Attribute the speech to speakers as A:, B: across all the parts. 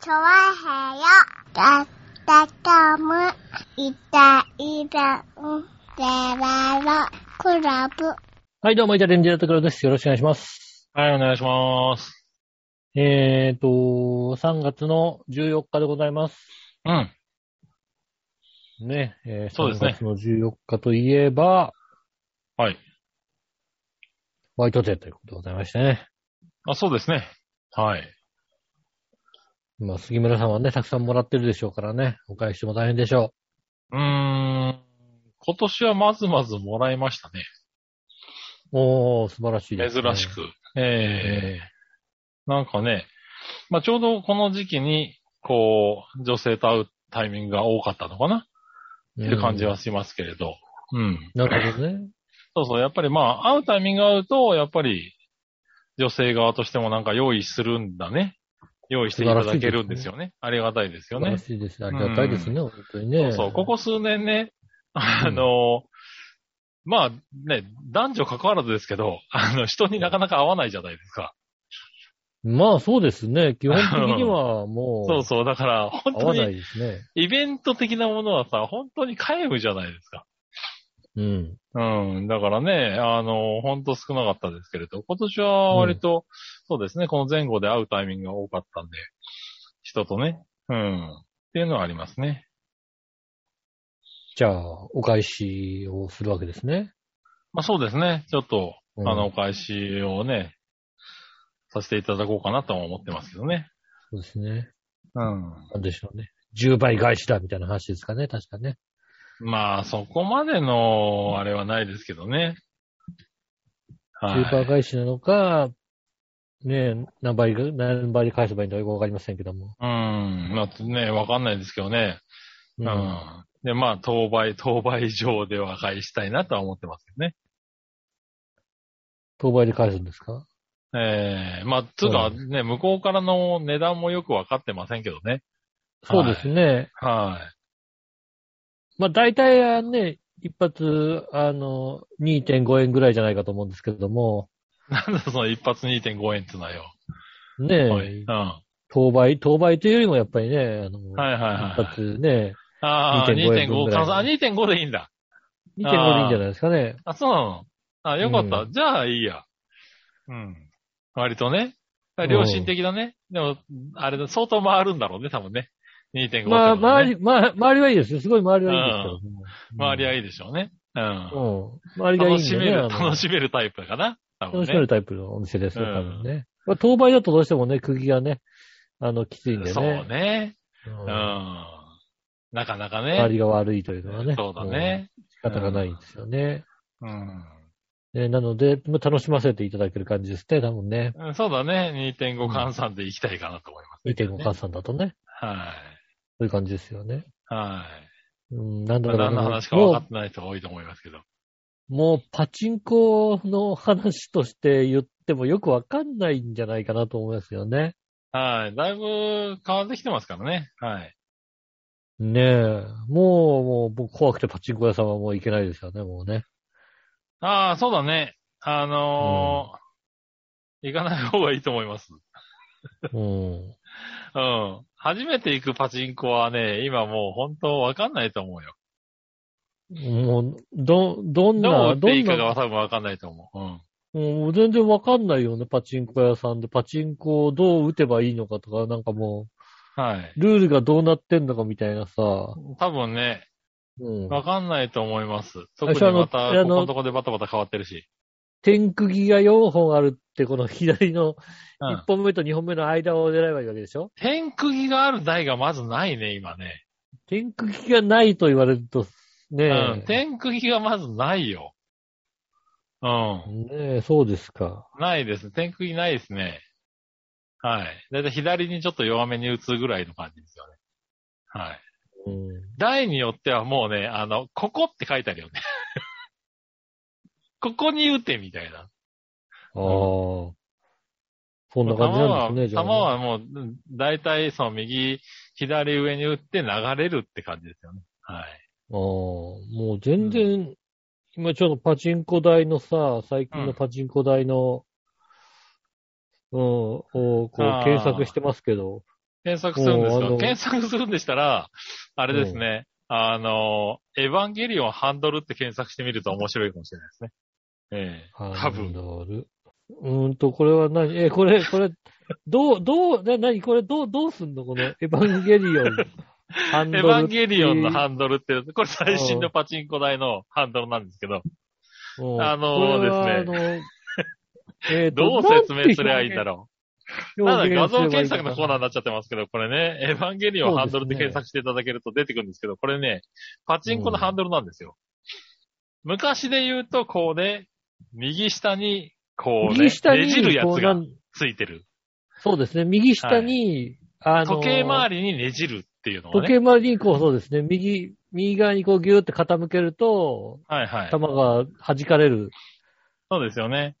A: チョワヘヨだったかむいたいたんでららクラブ
B: はい、どうも、イタリアンジェラートクラブです。よろしくお願いします。
C: はい、お願いします。
B: えーと、3月の14日でございます。
C: うん。
B: ね、えー
C: そうですね
B: 3月の14日といえば、
C: はい。
B: バイトデーということでございましてね。
C: あ、そうですね。はい。
B: まあ、杉村さんはね、たくさんもらってるでしょうからね、お返しも大変でしょ
C: うーん。今年はまずまずもらいましたね。
B: う。おー、素晴らしいですね、
C: 珍しく。ええなんかね、まあ、ちょうどこの時期に、こう、女性と会うタイミングが多かったのかな
B: うん。
C: っていう感じはしますけれど。うん。
B: なるほど ね。
C: そうそう。やっぱりまあ、会うタイミングが合うと、やっぱり、女性側としてもなんか用意するんだね。用意していただけるんですよね。ありがたいです
B: 素
C: よ
B: 晴
C: ね
B: ら。しいです。ありがたいですね、本当にね。
C: そうそう、ここ数年ね、あの、まあね、男女関わらずですけど、あの、人になかなか会わないじゃないですか。
B: まあ、そうですね。基本的にはもう、
C: そうそう、だから、本
B: 合
C: 当
B: わない
C: に、
B: ですね。
C: イベント的なものはさ、本当に皆無じゃないですか。
B: うん。
C: うん、だからね、あの、本当少なかったですけれど、今年は割と、そうですね、この前後で会うタイミングが多かったんで、人とね、うん、っていうのはありますね。
B: じゃあ、お返しをするわけですね。
C: まあそうですね、ちょっと、
B: うん
C: あの、お返しをね、させていただこうかなとは思ってますけどね。
B: そうですね。
C: うん。
B: なんでしょうね。10倍返しだみたいな話ですかね、確かね。
C: まあ、そこまでの、あれはないですけどね。は
B: 10倍
C: い。
B: 返しなのか、ねえ、何倍が、何倍で返せばいいのかよくわかりませんけども。
C: うん。まあね、わかんないですけどね。
B: う
C: うん。で、まあ、当倍、当倍以上では返したいなとは思ってますけどね。
B: 当倍で返すんですか
C: ええまあ、つうか
B: う
C: ね、向こうからの値段もよくわかってませんけどね。
B: そうですね。
C: はい。
B: まあ大体はね、一発、あの、2.5円ぐらいじゃないかと思うんですけども、
C: なんだその一発2.5円ってのはよ。
B: ねえ、
C: はい。うん。は
B: 当倍、当倍というよりもやっぱりね、あの、
C: いはいはい。
B: 一発ね、
C: ああ、
B: 2.5円分ぐ
C: 2.5
B: らい
C: 換算。あ、2.5でいいんだ。
B: 2.5でいいんじゃないですかね。
C: あ、そうなの。あ、よかった。
B: う
C: じゃあ、いいや。うん。割とね。良心的だね。でも、あれだ、相当回るんだろうね、多分ね。2.5ってこと
B: まあ、
C: はね、
B: 周り、まあ、周りはいいですよ。すごい周りはいいですけども。
C: 周りはい
B: い。
C: いでしょうね。うん。
B: うん。周りがいいん
C: 楽
B: で
C: し
B: ね。
C: める、
B: あの
C: 楽しめるタイプかな。多分
B: 楽し
C: ね。
B: めるタイプのお店ですね、
C: う
B: 多分
C: ん
B: ね。まあ、当倍だとどうしてもね、釘がね、あの、きついんでね。
C: そうね。
B: うん
C: うん。なかなか
B: 周
C: ね。
B: りが悪いというのはね。
C: そうだね。
B: うん。仕方がないんですよね。
C: うん。
B: ねなので、まあ楽しませていただける感じですね、多分ね。
C: うんそうだね。2.5換算でいきたいかなと思います、ね。
B: 2.5換算だとね。
C: は
B: そういう感じですよね。
C: い。は
B: うん、なん
C: い。
B: だろうな
C: 何の話か分か
B: も
C: ってない人が多いと思いますけど。
B: う、もうパチンコの話として言ってもよくわかんないんじゃないかなと思いますよね。
C: はい。だいぶ変わってきてますからね。はい。
B: ねえ。もう、もう、僕怖くてパチンコ屋さんはもう行けないですよね、もうね。
C: ああ、そうだね。あのー行かない方がいいと思います。
B: うん。
C: うん。初めて行くパチンコはね、今もう本当わかんないと思うよ。
B: もう、ど、どん
C: どう
B: な、
C: 打っ
B: ど
C: てい
B: ん
C: いかが
B: な、
C: 多分わかんないと思う。うん。
B: もう全然わかんないよね、パチンコ屋さんで。パチンコをどう打てばいいのかとか、なんかも
C: はい。
B: う、ルールがどうなってんのかみたいなさ。
C: 多分ね、
B: うん。
C: わかんないと思います。特
B: 最
C: に
B: 初あの
C: また、
B: あの
C: ここのとこでバタバタ変わってるし。
B: 天釘が4本あるって、この左の
C: う
B: 1
C: ん。
B: 本目と2本目の間を狙えばいいわけでしょ
C: 天釘がある台がまずないね、今ね。
B: 天釘がないと言われると、ねえ。
C: うん。天釘がまずないよ。うん。
B: ねえ、そうですか。
C: ないです。天空にないですね。はい。だいたい左にちょっと弱めに打つぐらいの感じですよね。はい。
B: うん。
C: 台によってはもうね、あの、ここって書いてあるよね。 ここに打てみたいな。
B: ああ。そん
C: 球
B: な感じな
C: は、
B: んですね、あ
C: 球
B: ね
C: はもう、だいたいその右、左上に打って流れるって感じですよね。は
B: あ
C: い。
B: あ、もう全然、今ちょっとパチンコ台のさ、最近のパチンコ台の、うん、をこう
C: あー
B: 検索してますけど、
C: 検索するんです
B: おーあ
C: よ
B: の
C: 検索するんでしたら、あれですね、あの、エヴァンゲリオンハンドルって検索してみると面白いかもしれないですね。ええ多
B: ハン
C: 分。
B: ドル。うーんと、これは何え、これ、これ、どう、どう、な、なにこれ、どう、どうすんのこの、エヴァンゲリオ ン。ハン
C: エヴァンゲリオンのハンドルって、これ最新のパチンコ台のハンドルなんですけど、
B: うん
C: あの
B: これは
C: です
B: あのえーと
C: どう説明すればいいんだろう。た
B: なん
C: だ
B: て表
C: 画
B: 現す
C: 像
B: ればいい
C: 検索のコーナ
B: ー
C: ーになっちゃってますけど、これね、エヴァンゲリオンハンドルって検索していただけると出てくるんですけど、これね、パチンコのハンドルなんですよ。昔で言うと、こうね、右下に、こうね、
B: 右下に、
C: ねじるや
B: こう
C: つ
B: な
C: が
B: ん
C: ついてる。
B: そうですね、右下に、あの、
C: 時計回
B: り、
C: りにねじるっていうのは
B: 時
C: ね。
B: 計回りにこう、そうですね、右、右側にこうギューって傾けると、
C: はいはい。
B: 弾が弾かれる。
C: そうですよね。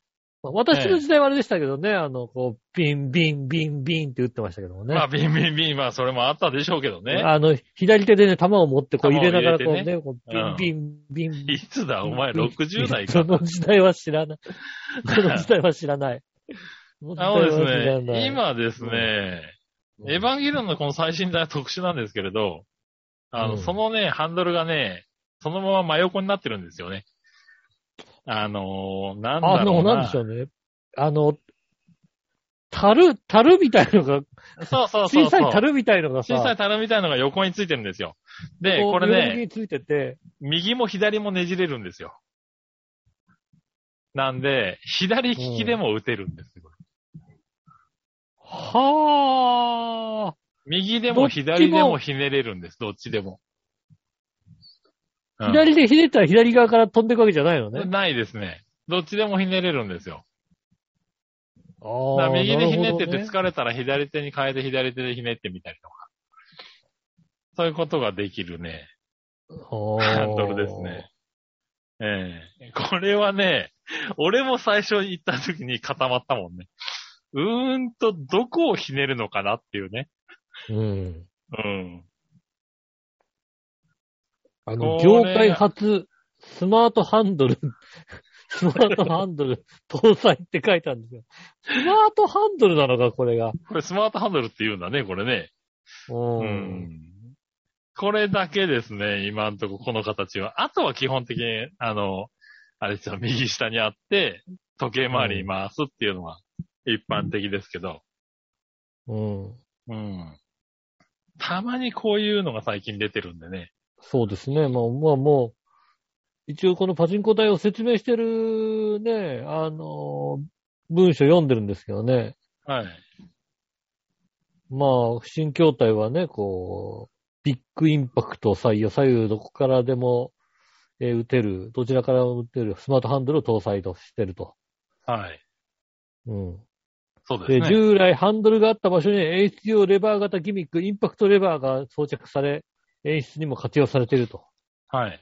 B: 私の時代はあれでしたけどね、あの、こう、ビン、ビン、ビン、ビンって打ってましたけどもね。
C: まあ、ビンビンビン、まあ、それもあったでしょうけどね。
B: あの、左手でね、弾を持ってこう入れながらこう
C: 弾
B: ね、こう
C: うん
B: ビン、ビン、ビン、
C: いつだ、お前
B: うん
C: 60代
B: そ
C: か。
B: の時代は知らない。その時代は知らない。
C: あのです
B: その時代は知らな
C: ね、
B: い、
C: 今ですね、エヴァンゲリオンのこの最新代は特殊なんですけれど、あの、
B: うん
C: そのね、ハンドルがね、そのまま真横になってるんですよね。あのーなんだ
B: あ
C: ろ
B: の、
C: うな。
B: なんでしょうね。あの、樽、樽みたいのが、
C: そうそうそうそう。
B: 小さい樽みたいのがさ、
C: 小さい樽みたいのが横についてるんですよ。で、
B: こう
C: これ
B: 両
C: ね、
B: についてて、
C: 右も左もねじれるんですよ。なんで、左利きでも打てるんですよ。
B: はあ、
C: 右で
B: ど
C: も
B: っちも
C: 左でもひねれるんです、どっちでも。うん
B: 左でひねったら左側から飛んでいくわけじゃないのね。
C: ないですね。どっちでもひねれるんですよ。
B: あ
C: だ
B: ー
C: から右でひねっ
B: な
C: てて
B: るほどね
C: 疲れたら左手に変えて左手でひねってみたりとか。そういうことができるね、ハンドルですね。。ええこれはね、俺も最初行った時に固まったもんね。うーんと、どこをひねるのかなっていうね。
B: あーうん。
C: うん。
B: あの、
C: これ
B: 業界初、スマートハンド ル、スマートハンドル搭載って書いたんですよ。スマートハンドルなのか、これが。
C: これスマートハンドルって言うんだね、これね。
B: う
C: うん。これだけですね、今んとここの形は。あとは基本的に、あの、あれですよ、右下にあって、時計回りに回すっていうのは一般的ですけど、
B: うん。
C: うん。たまにこういうのが最近出てるんでね。
B: そうですね。まあ、まあもう、一応このパチンコ台を説明してるね、あの、文章読んでるんですけどね。
C: はい。
B: まあ、新筐体はね、こう、ビッグインパクトを採用、左右どこからでも、えー打てる、どちらからも打てるスマートハンドルを搭載としてると。
C: はい。
B: うん。
C: そうで
B: で、
C: すね。
B: 従来ハンドルがあった場所に HDO レバー型ギミック、インパクトレバーが装着され、演出にも活用されていると。
C: はい。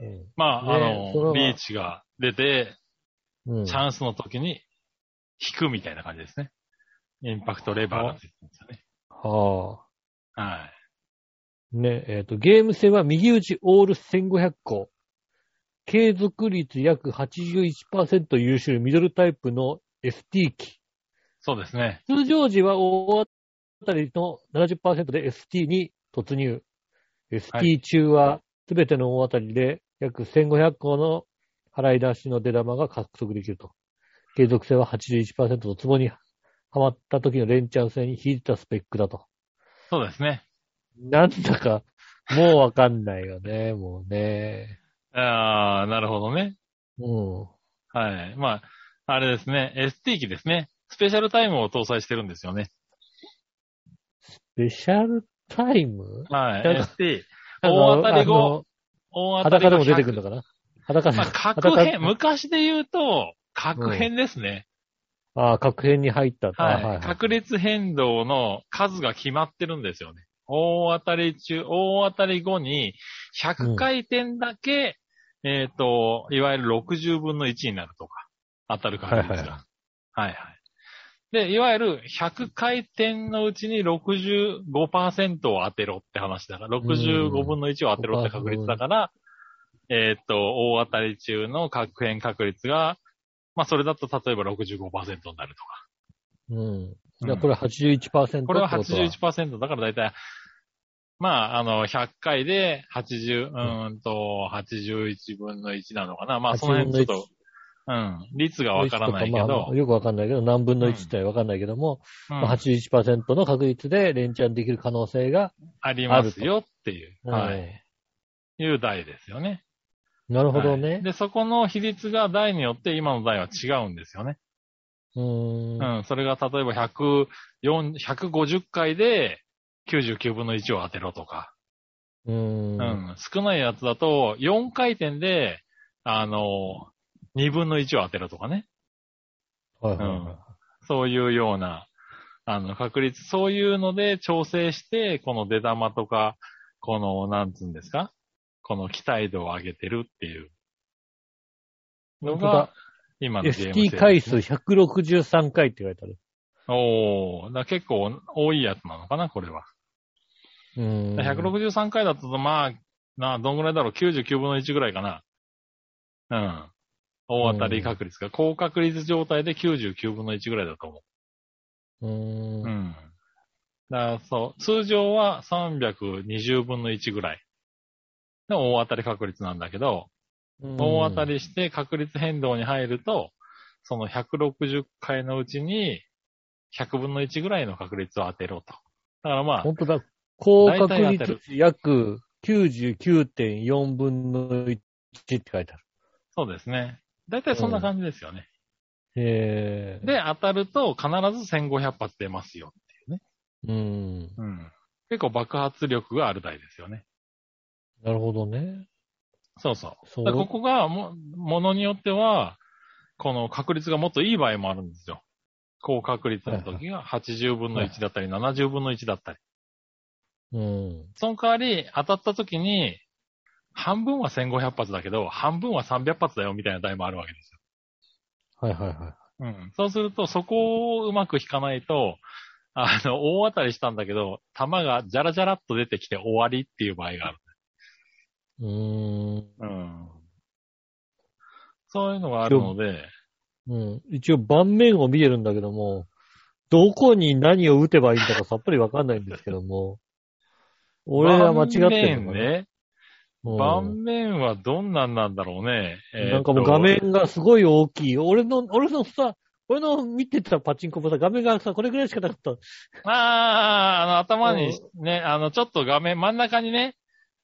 B: うん
C: まあ、
B: ね
C: あ
B: それ
C: の、
B: は
C: リーチが出て、
B: うん
C: チャンスの時に引くみたいな感じですね。インパクトレバーがついてるんですよね。
B: はあ。
C: はい。
B: ね、えっ、と、ゲーム性は右打ちオール1500個。継続率約81%優秀ミドルタイプの ST 機。
C: そうですね。
B: 通常時は大当たりの70%で ST に突入。
C: は
B: ST 中は全ての大当たりで約1500個の払い出しの出玉が獲得できると。継続性は81%のツボにはまった時の連チャン性に引いたスペックだと。
C: そうですね。
B: なんだか、もうわかんないよね、もうね。
C: ああ、なるほどね。
B: うん。
C: はい。まあ、あれですね。ST 機ですね。スペシャルタイムを搭載してるんですよね。
B: スペシャルタイム
C: はい。
B: なん
C: ST。大当た
B: あ
C: り後、
B: の
C: 大当たり
B: 裸でも出てくるの
C: る
B: かな裸で。
C: まあ、核変、
B: 裸
C: 昔で言うと、核変ですね。
B: ああ、核変に入った。ああ
C: はい。確率変動の数が決まってるんですよね。大当たり中、大当たり後に、100回転だけ、えっ、と、いわゆる60分の1になるとか、当たる確率
B: はいはい
C: が。はいはい。で、いわゆる100回転のうちに65%を当てろって話だから、65分の1を当てろって確率だから、えっ、と、大当たり中の確変確率が、まあそれだと例えば65%になるとか。
B: うん。いや、これ81%、
C: これは81%だからだいたい、まあ、あの、100回で80、うーんと、81分の1なのかな。まあ、その辺ち
B: 81
C: ょっと、うん、率がわからないけ
B: とかま
C: ど
B: あ、よくわかんないけど、何分の1ってわかんないけども、
C: うん
B: まあ、81%の確率で連チャンできる可能性が、
C: ありますよっていう、
B: うん
C: はい。いう題ですよね。
B: なるほど
C: はい
B: ね。
C: で、そこの比率が題によって今の題は違うんですよね。
B: うーん。
C: うん、それが例えば100 4 150回で99分の1を当てろとか、
B: うー。
C: うんん、少ないやつだと4回転で、あの、2分の1を当てろとかね。
B: はいうはいはい
C: んそういうような、あの、確率、そういうので調整して、この出玉とか、この、なんつうんですかこの期待度を上げてるっていうの
B: 本当だ
C: が、今のゲーム性です
B: ST 回数163回って書いてある。
C: おー、だから結構多いやつなのかな、これは。
B: うーん。
C: 163回だと、まあ、なあ、どんぐらいだろう、99分の1ぐらいかな。うん。大当たり確率が、高確率状態で99分の1ぐらいだと思
B: う
C: う。う
B: ーん。
C: ん。だからそう、通常は320分の1ぐらいの大当たり確率なんだけど、大当た。りして確率変動に入ると、その160回のうちに100分の1ぐらいの確率を当てろと。だからまあ、
B: 本当だ。高
C: 大
B: 確
C: 体当て
B: 率
C: る
B: 約99.4分の1って書いてある。
C: そうですね。だいたいそんな感じですよね。
B: へえ。、
C: で、当たると必ず1500発出ますよ。
B: うん。
C: うん。結構爆発力がある台ですよね。
B: なるほどね。
C: そうそう。
B: そう
C: だからここがも、ものによっては、この確率がもっといい場合もあるんですよ。高確率の時が80分の1だったり、70分の1だったり。
B: うん。
C: その代わり、当たった時に、半分は1500発だけど、半分は300発だよみたいな台もあるわけですよ
B: はいはいは
C: うん。そうすると、そこをうまく引かないと、あの、大当たりしたんだけど、弾がジャラジャラっと出てきて終わりっていう場合がある。
B: い。うーん。
C: うん。そういうのがあるので、
B: うん。一応盤面を見てるんだけども、どこに何を打てばいいんだかさっぱりわかんないんですけども、俺は間違ってるの
C: 盤面
B: かな
C: ね。
B: うん
C: 盤面はどんなんなんだろうね。えー
B: なんかもう
C: と
B: 画面がすごい大きい。俺の、俺のさ、俺の見てたパチンコもさ、画面がさ、これぐらいしかなかった。
C: あーあの、頭にね、あの、ちょっと画面、真ん中にね、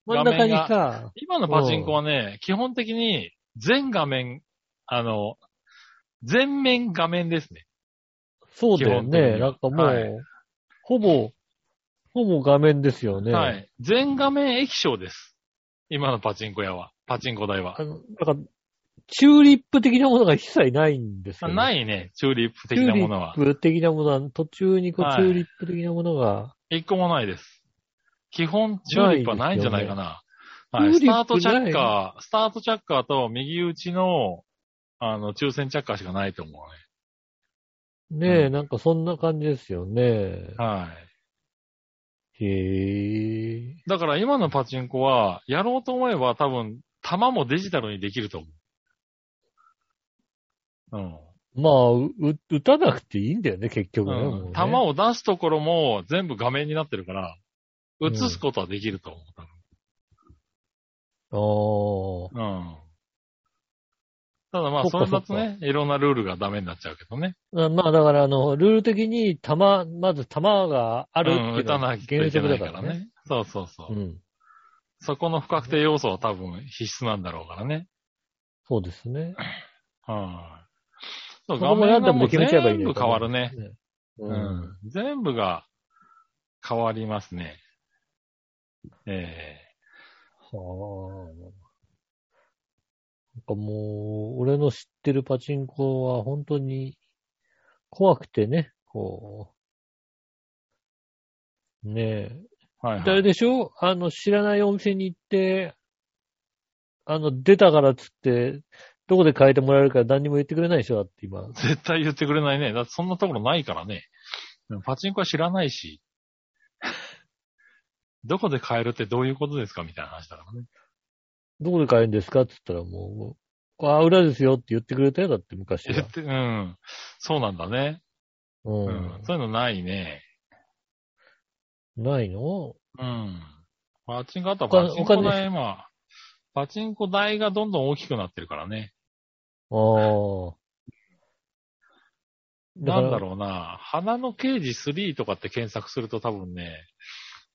B: 真ん中にさ、
C: 今のパチンコはね、基本的に全画面、あの、全面画面ですね。
B: そうだよ
C: 基本的
B: ね。
C: に
B: なんかもう、
C: はい
B: ほぼ、ほぼ画面ですよね。
C: はい。全画面液晶です。今のパチンコ屋は。パチンコ台は。
B: あの、なんか、チューリップ的なものが一切ないんですよ、ね。。
C: ないいね、チューリップ
B: チ
C: 的
B: ュー
C: な
B: リ
C: ものは
B: ッ。プ的なものは、途中にこう、
C: はい
B: チューリップ的なものが、
C: 一個もないです。基本、チューリップはないんじゃないかな。
B: ない
C: はい。
B: です
C: スタ
B: よね
C: ートチャッカー、スタートチャッカーと右打ちの、あの、抽選チャッカーしかないと思うね。
B: ねえ、
C: うん
B: なんかそんな感じですよね。
C: は
B: へえ。
C: い。だから今のパチンコは、やろうと思えば多分、弾もデジタルにできると思う。うん。
B: まあ、う打たなくていいんだよね、結局ね。もう
C: う
B: ね
C: ん、弾を出すところも全部画面になってるから、映すことはできると思う。
B: ああ。
C: 多分うん。ただまあ、
B: そ
C: そ
B: っか
C: れだとね、いろんなルールがダメになっちゃうけどね。
B: あまあだから、あの、ルール的に弾、まず弾があ
C: あ
B: るっ
C: うん、
B: ていう
C: 打た
B: の
C: な
B: は
C: きゃ
B: 原
C: いけ
B: 則だ
C: ないか
B: から
C: ら
B: ね。
C: ね。そうそうそうう。
B: ん。
C: そこの不確定要素は多分必須なんだろうからね。
B: そうですね。
C: はい、そう、
B: そこ
C: 画
B: もラ
C: 面
B: ンダ
C: が
B: ム
C: も
B: で
C: う
B: 決めちゃえばいい
C: 全
B: の
C: 部
B: か
C: 変わる ね。
B: う
C: うん。全部が変わりますね。え
B: はあ。なんかもう、俺の知ってるパチンコは本当に怖くてね、こう。ねえ。
C: えはい、
B: であ
C: は
B: れ
C: い。
B: でしょあの、知らないお店に行って、あの、出たからっつって、どこで変えてもらえるから何にも言ってくれないでしょだって今。
C: 絶対言ってくれないね。だってそんなところないからね。うんパチンコは知らないし。 どこで買えるってどういうことですかみたいな話だからね。
B: どこで買えるんですかって言ったらもう、あ、裏ですよって言ってくれたよ、だって昔
C: 言
B: は
C: っ。て、うん。そうなんだね。
B: う
C: うんん。。そういうのないね。
B: ないの
C: うん。パチンコ、あ
B: 他
C: とはパチン
B: 他
C: コ台、今、パチンコ台がどんどん大きくなってるからね。
B: ああ。
C: なんだ
B: う。
C: ろうな、花の刑事3とかって検索すると多分ね、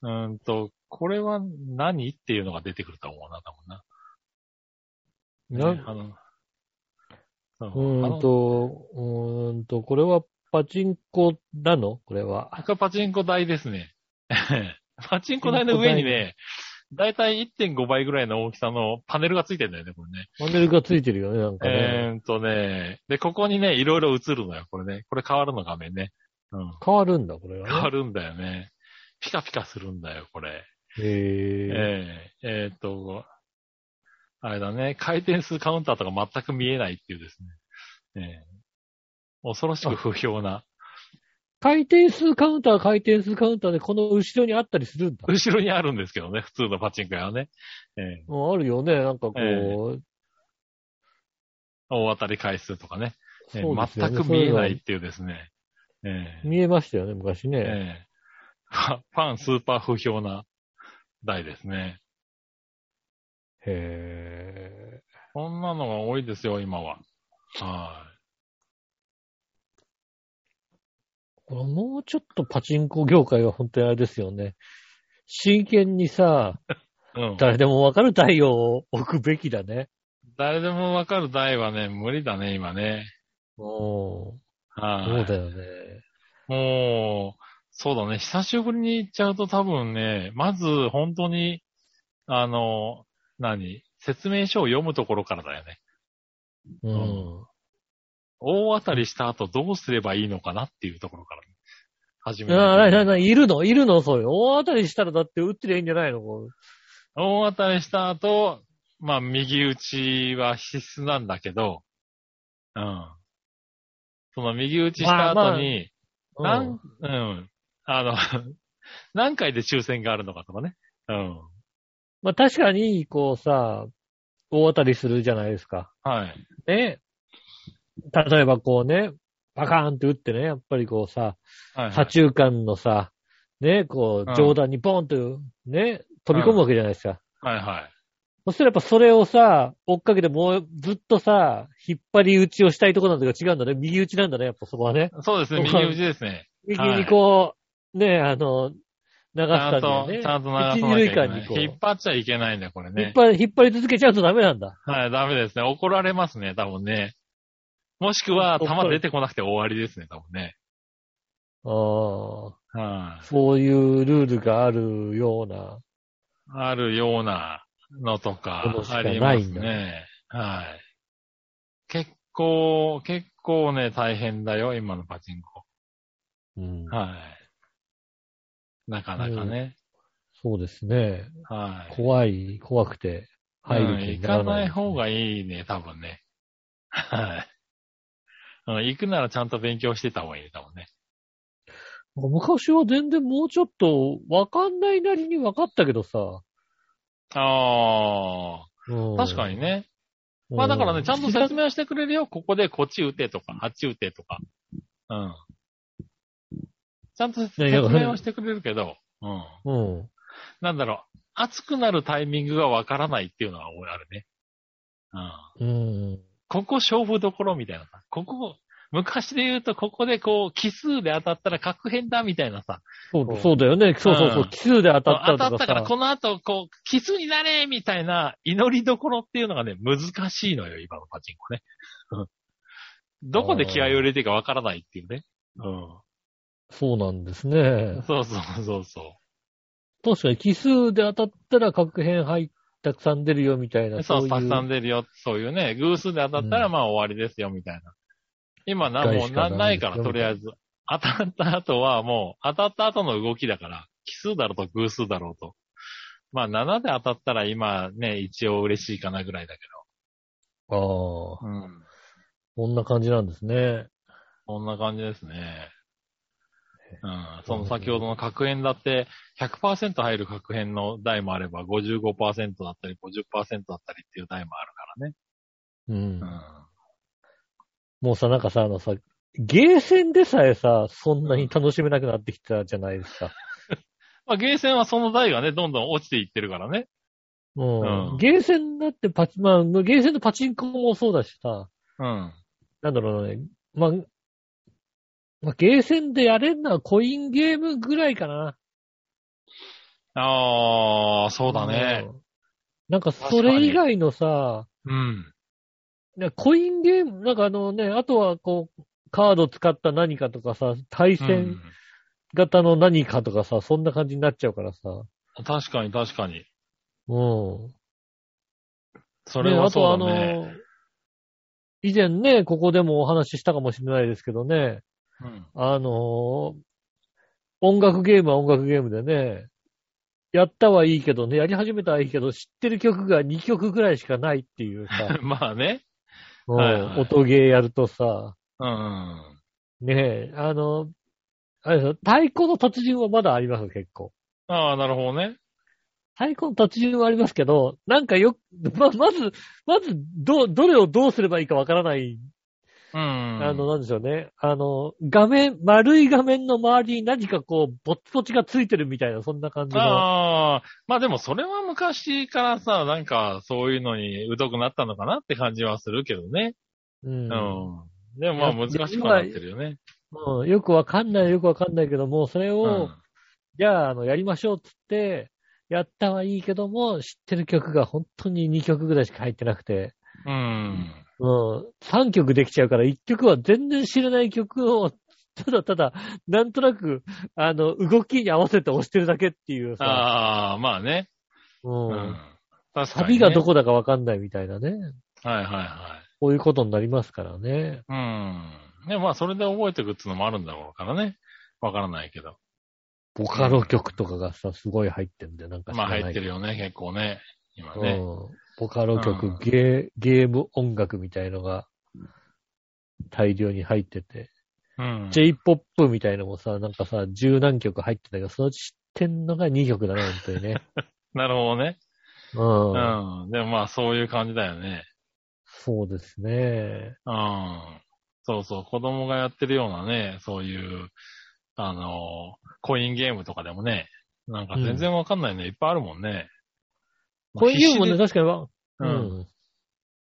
C: うーんと、これは何っていうのが出てくると思うな、多分な。
B: な
C: ね、あの、
B: う
C: そう
B: ーん。と、うーんと、これはパチンコなのこれは。
C: あのこれパチンコ台ですね。 パチンコ台の上にね、だいたい1.5倍ぐらいの大きさのパネルがついてんだよね、これね。
B: パネルがついてるよね、なんかね。
C: えーっとね、で、ここにね、いろいろ映るのよ、これね。これ変わるの画面ね。うん。
B: 変わるんだ、これは、ね。
C: 変わるんだよね。ピカピカするんだよ、これ。
B: へえ。
C: えええーっと、あれだね、回転数カウンターとか全く見えないっていうですね。ええ恐ろしく不評な。
B: 回転数カウンター、回転数カウンターでこの後ろにあったりするんだ。
C: 後ろにあるんですけどね、普通のパチンコ屋はね。ええ
B: うんあるよね、なんかこう。
C: え大当たり回数とかね。ええ
B: そうですよね
C: 全く見えないっていうですね。ええ
B: 見えましたよね、昔ね。
C: ええ ファンスーパー不評な台ですね。
B: へ
C: こんなのが多いですよ、今は。は
B: え。もうちょっとパチンコ業界は本当にあれですよね。真剣にさ、
C: い。うん。
B: 誰でもわかる太陽を置くべきだね。
C: 誰でもわかる台はね、無理だね、今ね。
B: うん。そ
C: はい。
B: うだよね。
C: もう、そうだね。久しぶりに行っちゃうと多分ね、まず本当に、あの、何説明書を読むところからだよね。
B: うん
C: ん。大当たりした後どうすればいいのかなっていうところから、始め
B: ああ、
C: ない
B: な
C: と
B: いない、いるのいるのそうよ。大当たりしたらだって打ってりゃいいんじゃないのこう
C: 大当たりした後、まあ、右打ちは必須なんだけど、うん。その右打ちした後に、
B: うん
C: なん、うん。あの、 何回で抽選があるのかとかね。うん。
B: まあ確かに、こうさ、大当たりするじゃないですか。
C: はい。
B: ね。例えばこうね、バカーンって打ってね、やっぱりこうさ、
C: はい、は
B: 左
C: い。
B: 中間のさ、ね、こ
C: うん
B: う、上段にポンと、ね、飛び込むわけじゃないですか。
C: はいはい。
B: そしたらやっぱそれをさ、追っかけてもうずっとさ、引っ張り打ちをしたいところなんだけど違うんだね。右打ちなんだね、やっぱそこはね。
C: そうですね、
B: そう
C: 右打ちですね。
B: 右にこう、ね、あの、流
C: ち
B: した
C: ゃん
B: んだよ
C: と、
B: ね。
C: ちゃんと流さ
B: 一、二
C: なきゃい
B: 塁
C: けな
B: 間
C: い
B: にこう、
C: 引っ張っちゃいけないんだよ、これ
B: 引っ
C: ね。
B: 張り、引っ張り続けちゃうとダメなんだ。
C: はい、ダメですね。怒られますね、多分ね。もしくは、
B: 怒られ
C: 球出てこなくて終わりですね、多分ね。
B: あー
C: はい、
B: そういうルールがあるような。
C: あ。るようなのとか
B: もの、し
C: あ
B: か
C: り
B: な
C: ま
B: い
C: す
B: んだ
C: ね。はい。結構、結構ね、大変だよ、今のパチンコ。
B: うん
C: はい。なかなかね。
B: そうですね。
C: はい。
B: 怖い、怖くて、入る気
C: うん
B: に
C: 行
B: な
C: から
B: な、
C: ないい方がいいね、多分ね。はい。うん行くならちゃんと勉強してた方がいいね、多分ね。
B: 昔は全然もうちょっと、わかんないなりに分かったけどさ。
C: ああ、確かに
B: ね。
C: ね。まあだから
B: う
C: ね、ちゃんと説明してくれるよ。ここでこっち打てとか、あっち打てとか。うん。ちゃんと説
B: いやいや
C: 説明はしてくれるけど、うん。
B: うん。
C: なんだろう、熱くなるタイミングがわからないっていうのは俺あるね。うん。
B: うん。
C: ここ勝負どころみたいなさ。ここ、昔で言うとここでこう、奇数で当たったら確変だみたいなさ。
B: そうそうだよね。そうそうそうう。
C: ん
B: 奇数で当たった
C: 当
B: とか
C: た
B: さ。
C: ったからこの後こう、奇数になれみたいな祈りどころっていうのがね、難しいのよ、今のパチンコね。うんどこで気合を入れていいかわからないっていうね。う
B: そうなんです
C: ん。
B: ね。
C: そうそうそうそ
B: 確かに奇数で当たったら確変入ったくさん出るよみたいな。
C: う。そう、
B: い
C: たくさん出るよ。そういうね、偶数で当たったらまあ終わりですよ、みたいな。今な、
B: 一回
C: もう
B: しか
C: な
B: ない
C: ないから、
B: です
C: と
B: よ
C: りあえず。当たった後はもう、当たった後の動きだから、奇数だろうと偶数だろうと。まあ、7で当たったら今ね、一応嬉しいかなぐらいだけ
B: ああ。
C: ど。うん。
B: こんな感じなんですね。
C: こんな感じですね。うん。その先ほどの確変だって、100%入る確変の台もあれば、55%だったり、50%だったりっていう台もあるからね。
B: うん。
C: うん。
B: もうさ、なんかさ、あのさ、ゲーセンでさえさ、そんなに楽しめなくなってきたじゃないですか。
C: まあ、ゲーセンはその台がね、どんどん落ちていってるからね。
B: うん。
C: うん
B: ゲーセンだってパチ、まあ、ゲーセンのパチンコもそうだしさ、
C: うん。
B: なんだろうね。まあ、まあ、ゲーセンでやれるのはコインゲームぐらいかな。
C: ああ、そうだね。
B: ん。なんかそれ以外のさ、
C: うん。
B: ねコインゲーム、なんかあのね、あとはこう、カード使った何かとかさ、対
C: う
B: 戦
C: ん、
B: 型の何かとかさ、そんな感じになっちゃうからさ。
C: 確かに確かに。
B: うん。
C: それはそうだね。
B: あとあの、以前ね、ここでもお話ししたかもしれないですけどね、
C: うん、
B: あの音楽ゲームは音楽ゲームでね、やったはいいけどね、やり始めたはいいけど、知ってる曲が2曲ぐらいしかないっていうさ
C: まあね。
B: うん
C: はいはい
B: 音ゲーやるとさ、
C: うん。
B: ねえ、あの、あれですよ太鼓の達人はまだありますよ、結構。
C: ああ、なるほどね。
B: 太鼓の達人はありますけど、なんかよ、ま、まず、まず、ど、どれをどうすればいいかわからない
C: うん。
B: あの、なんでしょうね。あの、画面、丸い画面の周りに何かこう、ぼっちぼちがついてるみたいな、そんな感じの。
C: ああ、まあでもそれは昔からさ、なんかそういうのに疎くなったのかなって感じはするけどね。
B: う
C: うんん。でもまあ難しくはなってるよね。
B: うんよくわかんない、よくわかんないけども、それ
C: う
B: を、
C: ん。
B: じゃあ、あの、やりましょうっつって、やったはいいけども、知ってる曲が本当に2曲ぐらいしか入ってなくて、
C: うん。
B: うん、3曲できちゃうから、1曲は全然知らない曲を、ただただ、なんとなく、あの、動きに合わせて押してるだけっていうさ、
C: ああ、まあね。う
B: うん
C: ん。確か
B: サ
C: に、ね。
B: ビがどこだかわかんないみたいなね。
C: はいはいはい。
B: こういうことになりますからね。
C: うん。でもまあそれで覚えていくっていうのもあるんだろうからね。わからないけど。
B: ボカロ曲とかがさ、すごい入ってんだよ。なんか知
C: まあ
B: らない
C: 入ってるよね、結構ね。今
B: けど
C: ね。
B: うんボカロ曲、
C: うん
B: ゲー、ゲーム音楽みたいのが大量に入ってて。
C: うん。
B: J-POP みたいのもさ、なんかさ、十何曲入ってたけど、そのうち知ってんのが2曲だね、本当に ね。
C: なるほどね。
B: うん。
C: うん。でもまあそういう感じだよね。
B: そうですね。
C: うん。そうそう、子供がやってるようなね、そういう、あのー、コインゲームとかでもね、なんか全然わかんないのいっぱいあるもんね。
B: こういうもね、
C: 必
B: 確かにわ、
C: 死でうん。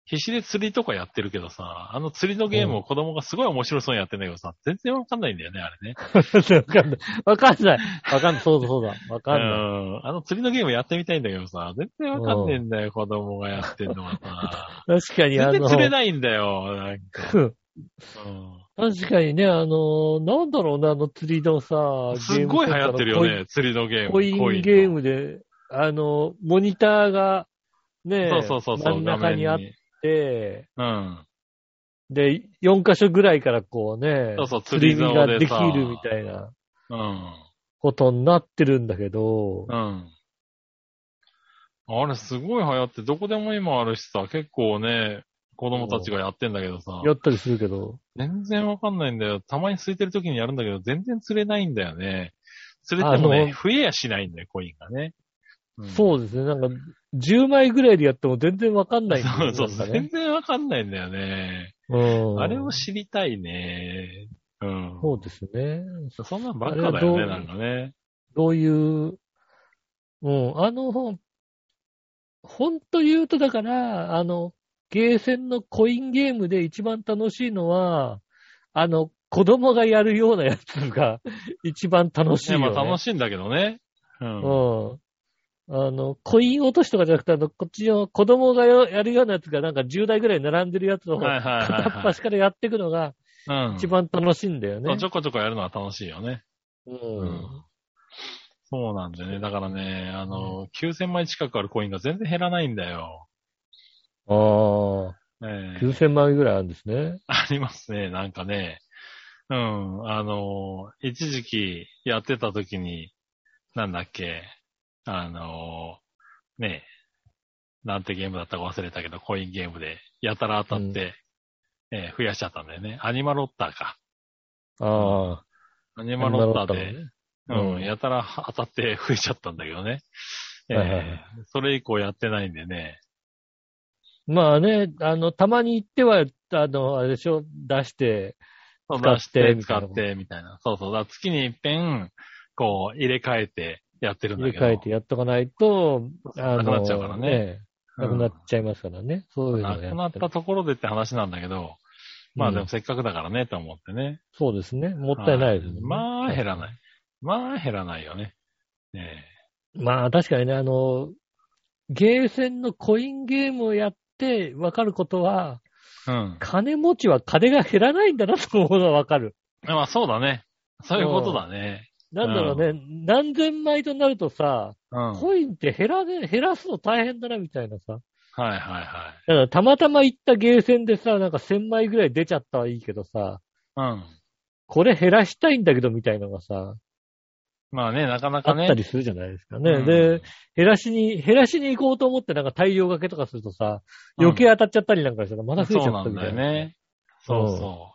C: 必死で釣りとかやってるけどさ、あの釣りのゲームを子供がすごい面白そうにやってんだけどさ、全然わかんないんだよね、あれね。
B: わかんない。わかんない。わかんない。そうだそうだ。わ
C: う
B: かんない。
C: ん。あの釣りのゲームやってみたいんだけどさ、全然わかんねえんだよ、子供がやってんのがさ。
B: 確かに、
C: 全
B: あ
C: 然
B: の、
C: 釣れないんだよ、なんか。うん
B: 確かにね、あのーなんだろうな、あの釣りのさ、
C: すっごい流行ってるよね、釣りのゲー
B: ゲー
C: ム。
B: ムコイン。コインゲー
C: ム
B: ムで、あのーモニターが、ね、
C: そうそうそうそう。
B: 真ん中にあっ
C: 画面
B: て、
C: うん。
B: で、4箇所ぐらいからこうね、
C: そうそう、釣
B: 釣
C: り
B: り身が
C: 竿で
B: でき
C: さ。
B: るみたいな
C: うん。
B: ことになってるんだけど
C: う、ん。あれすごい流行って、どこでも今あるしさ、結構ね、子供たちがやってんだけどさ、
B: やったりするけど、
C: 全然わかんないんだよ。たまに空いてる時にやるんだけど、全然釣れないんだよね。釣れても
B: あ
C: ね
B: の、
C: 増えやしないんだよ、コインがね。うん
B: そうですね、なんか、10枚ぐらいでやっても全然わかんないんだよ
C: そ
B: ね
C: うそうそ
B: な
C: う。
B: ん
C: 全
B: かね
C: 然わかんないんだよね。
B: うん
C: あれを知りたいね。うん。
B: そうですね。
C: そんなんばっかだよ
B: あれはどう
C: ね、なんかね。
B: どういう、うん、あの、ほんと言うとだから、あの、ゲーセンのコインゲームで一番楽しいのは、あの、子供がやるようなやつが 一番楽しいよ、ね。
C: ねまあ楽しいんだけどね。うん。
B: うん。あの、コイン落としとかじゃなくて、あの、こっちの子供がやるようなやつがなんか10台ぐらい並んでるやつを、
C: はいはいはい、はい。
B: 片っ端からやっていくのが
C: うん。
B: 一番楽しいんだよね
C: そうち。ょこちょこやるのは楽しいよね。
B: うん。
C: そうなんだよね。だからね、あの、9000枚近くあるコインが全然減らないんだよ。
B: ああ、
C: ええ
B: 9000枚ぐらいあるんですね。
C: ありますね、なんかね。うん、あの、一時期やってた時に、なんだっけ、あの、ねえ、なんてゲームだったか忘れたけど、コインゲームで、やたら当たって、ええ増やしちゃったんだよね。アニマロッターか。
B: ああ。
C: アニマロッターで、
B: う
C: うんん、やたら当たって増えちゃったんだけどね。えー
B: はいはいはい
C: それ以降やってないんでね。
B: まあね、あの、たまに行っては、あの、あれでしょ、出して、
C: そう
B: 使
C: 出
B: っ
C: してて、使って、みたいな。そうそう。だから月に一遍、こう、入れ替えてやってるんだ
B: 入
C: け
B: れ
C: ど。
B: 替えてやっとかないと、あの、
C: なくなっちゃうからね
B: なくなっ
C: ち
B: ちゃいますからね。そういうの
C: ゃ
B: を
C: う
B: や
C: ん。なくなったところでって話なんだけど、まあで
B: う
C: も
B: ん
C: せっかくだからね、と思ってね。
B: そうですね。もったいないです、ね。
C: はまあ減らないい。まあ減らないよね。ね
B: まあ確かにね、あの、ゲーセンのコインゲームをやって分かることは、
C: え。うん。
B: 金持ちは金が減らないんだなと思うのは分かる。
C: まあそうだね。そういうことだね。
B: なんだろうね、何千枚となるとさ、
C: うん。はい
B: コインって減らね、減らすの大変だなみたいなさ。
C: はいは
B: だからたまたま行ったゲーセンでさ、なんか千枚ぐらい出ちゃったはいいけどさ、
C: い。うん。
B: これ減らしたいんだけどみたいのがさ、
C: まあね、なかな
B: あ
C: か
B: っ
C: ね。
B: たりするじゃないですかね。
C: うん
B: で、、減らしに、減らしに行こうと思ってなんか大量掛けとかするとさ、余計当たっちゃったりなんかしたらまた増えちゃったみた
C: そうなん
B: い
C: だ
B: な
C: よね。そうそ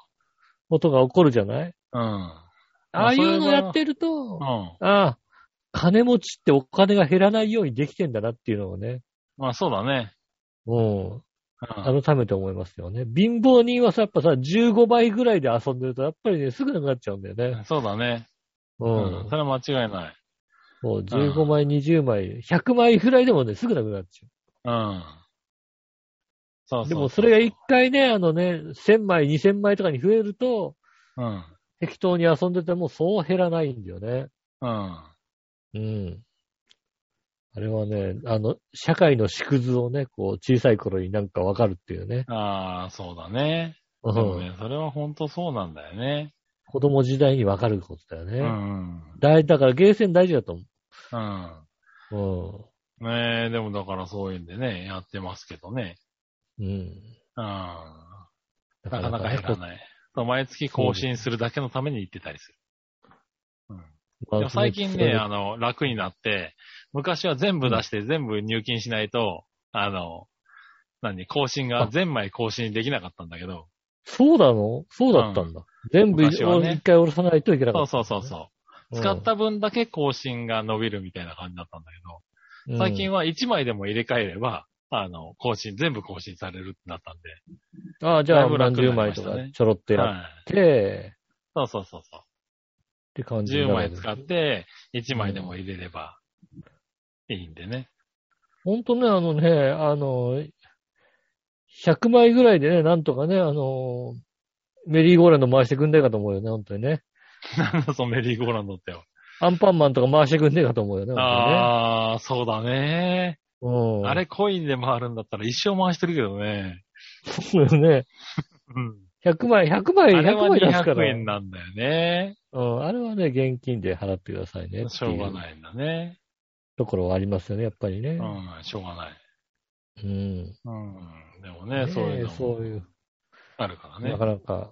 B: ことが起こるじゃない、
C: う。うん。
B: ああいうのやってると
C: う、ん。
B: ああ、金持ちってお金が減らないようにできてんだなっていうのをね、
C: まあそうだね。
B: うん、
C: うん
B: 改めて思いますよね。貧乏人はさ、やっぱさ、15倍ぐらいで遊んでると、やっぱりね、すぐなくなっちゃうんだよね。
C: そうだね。
B: う
C: うんん。。それは間違いない。
B: もう15枚、20枚、100枚ぐらいでもね、すぐなくなっちゃ。
C: うん。そうそうう。
B: でもそれが一回ね、あのね、1000枚、2000枚とかに増えると、
C: うん。
B: 適当に遊んでてもそう減らないんだよね。
C: うん。
B: うん。あれはね、あの、社会の縮図をね、こう、小さい頃になんかわかるっていうね。
C: ああ、そうだね。
B: う。
C: そうんね。それは本当そうなんだよね。
B: 子供時代にわかることだよね。
C: うん。
B: だいだからゲーセン大事だと
C: うん。
B: 思う。うん。
C: ねえ、でもだからそういうんでね、やってますけどね。
B: うん。
C: うん。
B: な
C: なかなか減ら
B: い。
C: ない。そう毎月更新するだけのために行ってたりする。
B: まあ
C: でも最近ね、あ
B: ね
C: の、楽になって、昔は全部出して全部入金しないと、あの、何、更新
B: あ
C: が全枚更新できなかったんだけど、
B: そうなのそうだったんだ。全部
C: 昔はね
B: 一回下ろさないといけな
C: そ
B: か
C: う
B: った。
C: そうそうそうう。
B: ん
C: 使った分だけ更新が伸びるみたいな感じだったんだけ
B: う
C: ど、
B: ん
C: 最近は1枚でも入れ替えれば、あの、更新、全部更新されるってなったん
B: ああ、じゃ
C: だ
B: あ
C: いぶ
B: 何
C: 楽に
B: 十
C: なり
B: 枚
C: ま
B: と
C: し
B: か
C: たね
B: ちょろって
C: で、
B: やっ
C: はい。
B: て、
C: そうそうそうそ
B: って感
C: う。
B: じに
C: 10
B: なる
C: 枚使って、1枚でも入れれば、いいんでね。
B: ほんとね、あのね、あの、100枚ぐらいでね、なんとかね、あの、メリーゴーランド回してくんねえかと思うよね、本当にね。
C: なんだそのメリーゴーランドってよ。
B: アンパンマンとか回してくんねえかと思うよね、本
C: ああ、そうだね。
B: 当にね。うん。
C: あれコインで回るんだったら一生回してるけどね。
B: そうよね。
C: うん。
B: 100枚、100枚、
C: あれ
B: 100
C: は
B: 枚出すから。
C: 200円なんだよね。
B: うん、あれはね、現金で払ってくださいね。
C: しょうが
B: い。
C: ないんだね。
B: ところはありますよね、やっぱりね。
C: うん、しょうがない。
B: うん。
C: うん。でもね、
B: ね
C: そういうの
B: そ
C: も
B: ういう、
C: あるからね
B: な。かなか、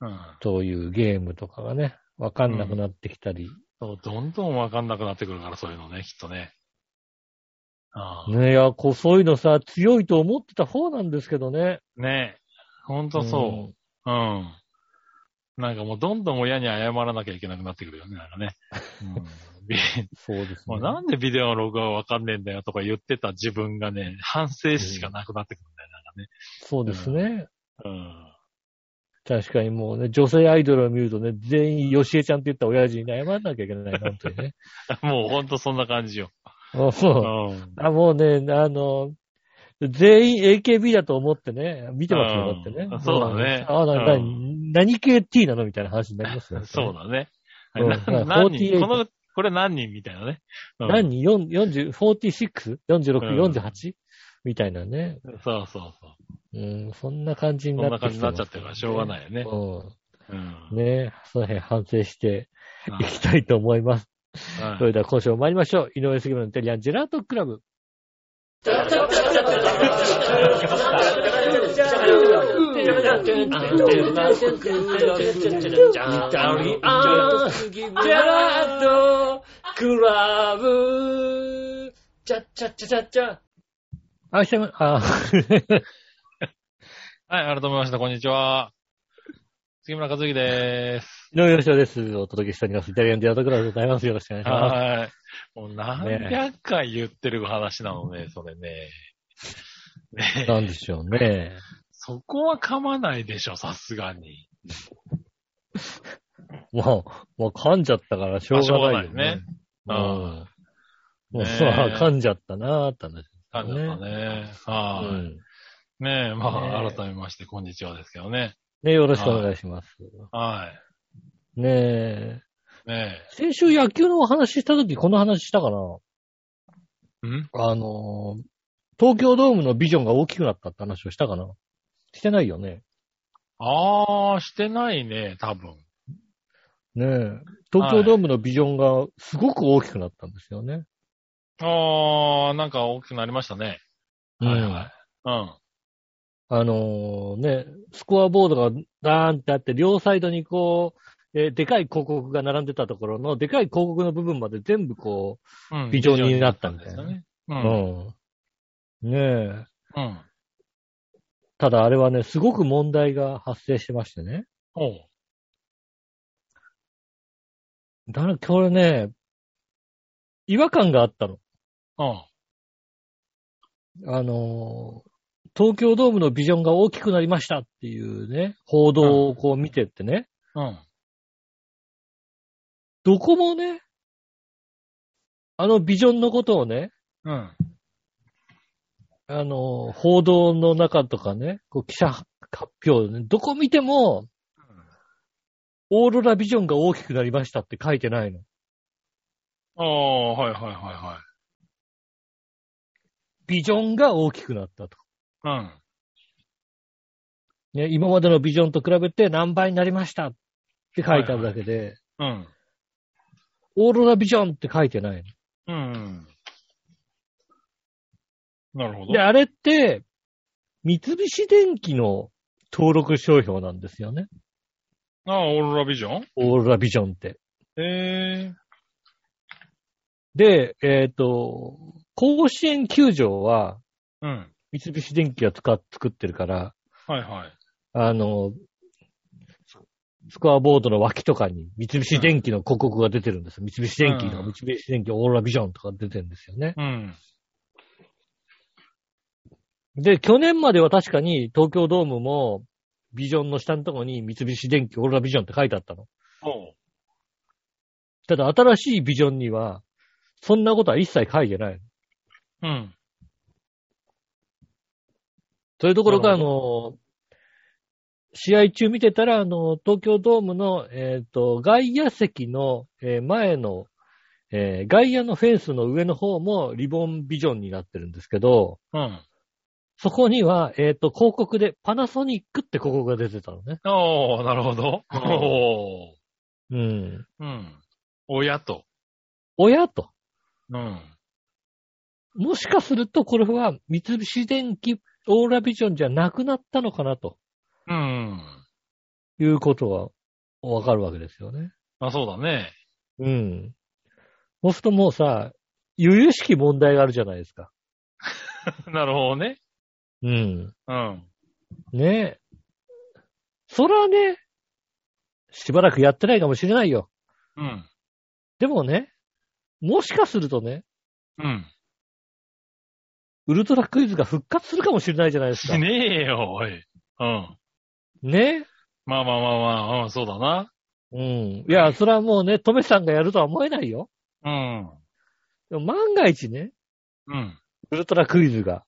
C: うん。
B: そういうゲームとかがね、わかんなくなってきたり、
C: そうどんどんわかんなくなってくるから、そういうのね、きっとね。あ
B: ね、いや、こう、そういうのさ、強いと思ってた方なんですけどね。
C: あ。ねほんとそう。うん。なんかもうどんどん親に謝らなきゃいけなくなってくるよね、なんかね。 うんび
B: うん。そうです
C: も
B: ね
C: う。なんでビデオの録画わかんねえんだよとか言ってた自分がね、反省しかなくなってくるんだよ、
B: そうですね。
C: なんかね。
B: 確かにもうね、女性アイドルを見るとね、全員、よしえちゃんって言った親父に謝らなきゃいけない、本当に ね。
C: うん。もうほんとそんな感じよ。う
B: うん
C: ん。
B: あ、もうね、あの、全員 AKB だと思ってね、見てますよ、だってね
C: う。んそうだね
B: あ、な、な、
C: う
B: 何系 T なのみたいな話になりますよね。
C: そうだね。
B: うん
C: な
B: うん
C: 何人
B: 48
C: この、これ何人みたいなね。うん
B: 何人 ?40、46?46、
C: うん
B: 48? みたいなね。
C: そうそうそう。
B: うん、そんな感じに
C: こん
B: なっ
C: な
B: てき
C: 感じ
B: て
C: に
B: ま
C: な
B: す
C: っちゃってるから、しょうがないよね。うん
B: うん。ねその辺反省して
C: はい
B: きたいと思います。
C: はい
B: それでは今週も参りましょう。井上杉村のイタリアンジェラートクラブ。あ、してま、あ、
C: はい、改めまして、こんにちは。杉村和之です。
B: 井上芳雄です。お届けしております。イタリアンジェラートクラブでございます。よろしくお願いします。
C: はい。もう何百回言ってる話なのね、それ ね。ね
B: なんでしょうね。
C: そこは噛まないでしょ、さすがに。
B: まあ、まあ、噛んじゃったからしょうがないよね。
C: まあしょうがない
B: う
C: ね
B: ん。もう
C: ねえ
B: まあ、噛んじゃったなーって話。
C: なんだったね。
B: う
C: はい、
B: ん。
C: ねえ、ま
B: ね
C: あ、
B: え
C: 改めまして、こんにちはですけどね。
B: ねよろしくお願いします。
C: は
B: ねえ。
C: い。ね
B: 先週野球のお話ししたとき、この話したかな
C: え。ん
B: あのー、東京ドームのビジョンが大きくなったって話をしたかなしてないよね。
C: あー、してないね、多分。
B: ねえ。東京ドームのビジョンがすごく大きくなったんですよね。。
C: あー、なんか大きくなりましたね。はいはいい。うん。
B: あのーね、スコアボードがダーンってあって、両サイドにこう、えーでかい広告が並んでたところの、でかい広告の部分まで全部こ
C: うん
B: ビジョンになったみたいな
C: ビジョンになったんですよね。う
B: う、
C: ん。
B: うん。ねえ。
C: うん。
B: ただあれはね、すごく問題が発生してましてね。
C: おう。
B: だからこれね、違和感があったの。
C: うん。
B: あのー東京ドームのビジョンが大きくなりましたっていうね、報道をこう見てってね、
C: うん。
B: どこもね、あのビジョンのことをね、
C: うん。
B: あのー報道の中とかね、こう記者発表でね、どこ見ても、オーロラビジョンが大きくなりましたって書いてないの。
C: ああ、はいはいは
B: ビジョンが大きくなったと。
C: いはい。うん。
B: ね、今までのビジョンと比べて何倍になりましたって書いてあるだけで、
C: うん。
B: オーロラビジョンって書いてないの。
C: うん。なるほど。
B: で、あれって、三菱電機の登録商標なんですよね。
C: ああ、オーロラビジョン
B: オーロラビジョンって。
C: ええ
B: で、えっ、と、甲子園球場は
C: うん。
B: 三菱電機が使っ作ってるから、
C: はいはい。
B: あの、ススコアボードの脇とかに三菱電機の広告が出てるんですよ。三菱電機とか
C: うん
B: 三菱電機オーロラビジョンとか出てるんですよね。
C: うん。
B: で、去年までは確かに東京ドームもビジョンの下のところに三菱電機オーロラビジョンって書いてあったの。
C: おう。
B: ただ新しいビジョンには、そんなことは一切書いてない。
C: うん。
B: そういうところが、
C: な
B: あ
C: る
B: の、試合中見てたら、あの、東京ドームの、えっ、と、外野席の、えー前の、えー外野のフェンスの上の方もリボンビジョンになってるんですけど、
C: うん。
B: そこには、えっ、と、広告でパナソニックって広告が出てたのね。
C: おー、なるほど。お
B: うん。
C: ー。うん。親と。
B: 親と。
C: うん。
B: もしかすると、これは三菱電機オーラビジョンじゃなくなったのかなと
C: うん。
B: いうことはわかるわけですよね。
C: あ、そうだね。
B: うん。そうするともうさ、由々しき問題があるじゃないですか。
C: なるほどね。
B: うん。
C: うん。
B: ねえ。そらね、しばらくやってないかもしれないよ。
C: うん。
B: でもね、もしかするとね、
C: うん。
B: ウルトラクイズが復活するかもしれないじゃないですか。
C: し
B: ね
C: ねえよ、おい。うん。
B: え。
C: まあまあまあまあ、うん、そうだな。
B: うん。いや、それはもうね、トメさんがやるとは思えないよ。
C: うん。
B: でも万が一ね、
C: うん。
B: ウルトラクイズが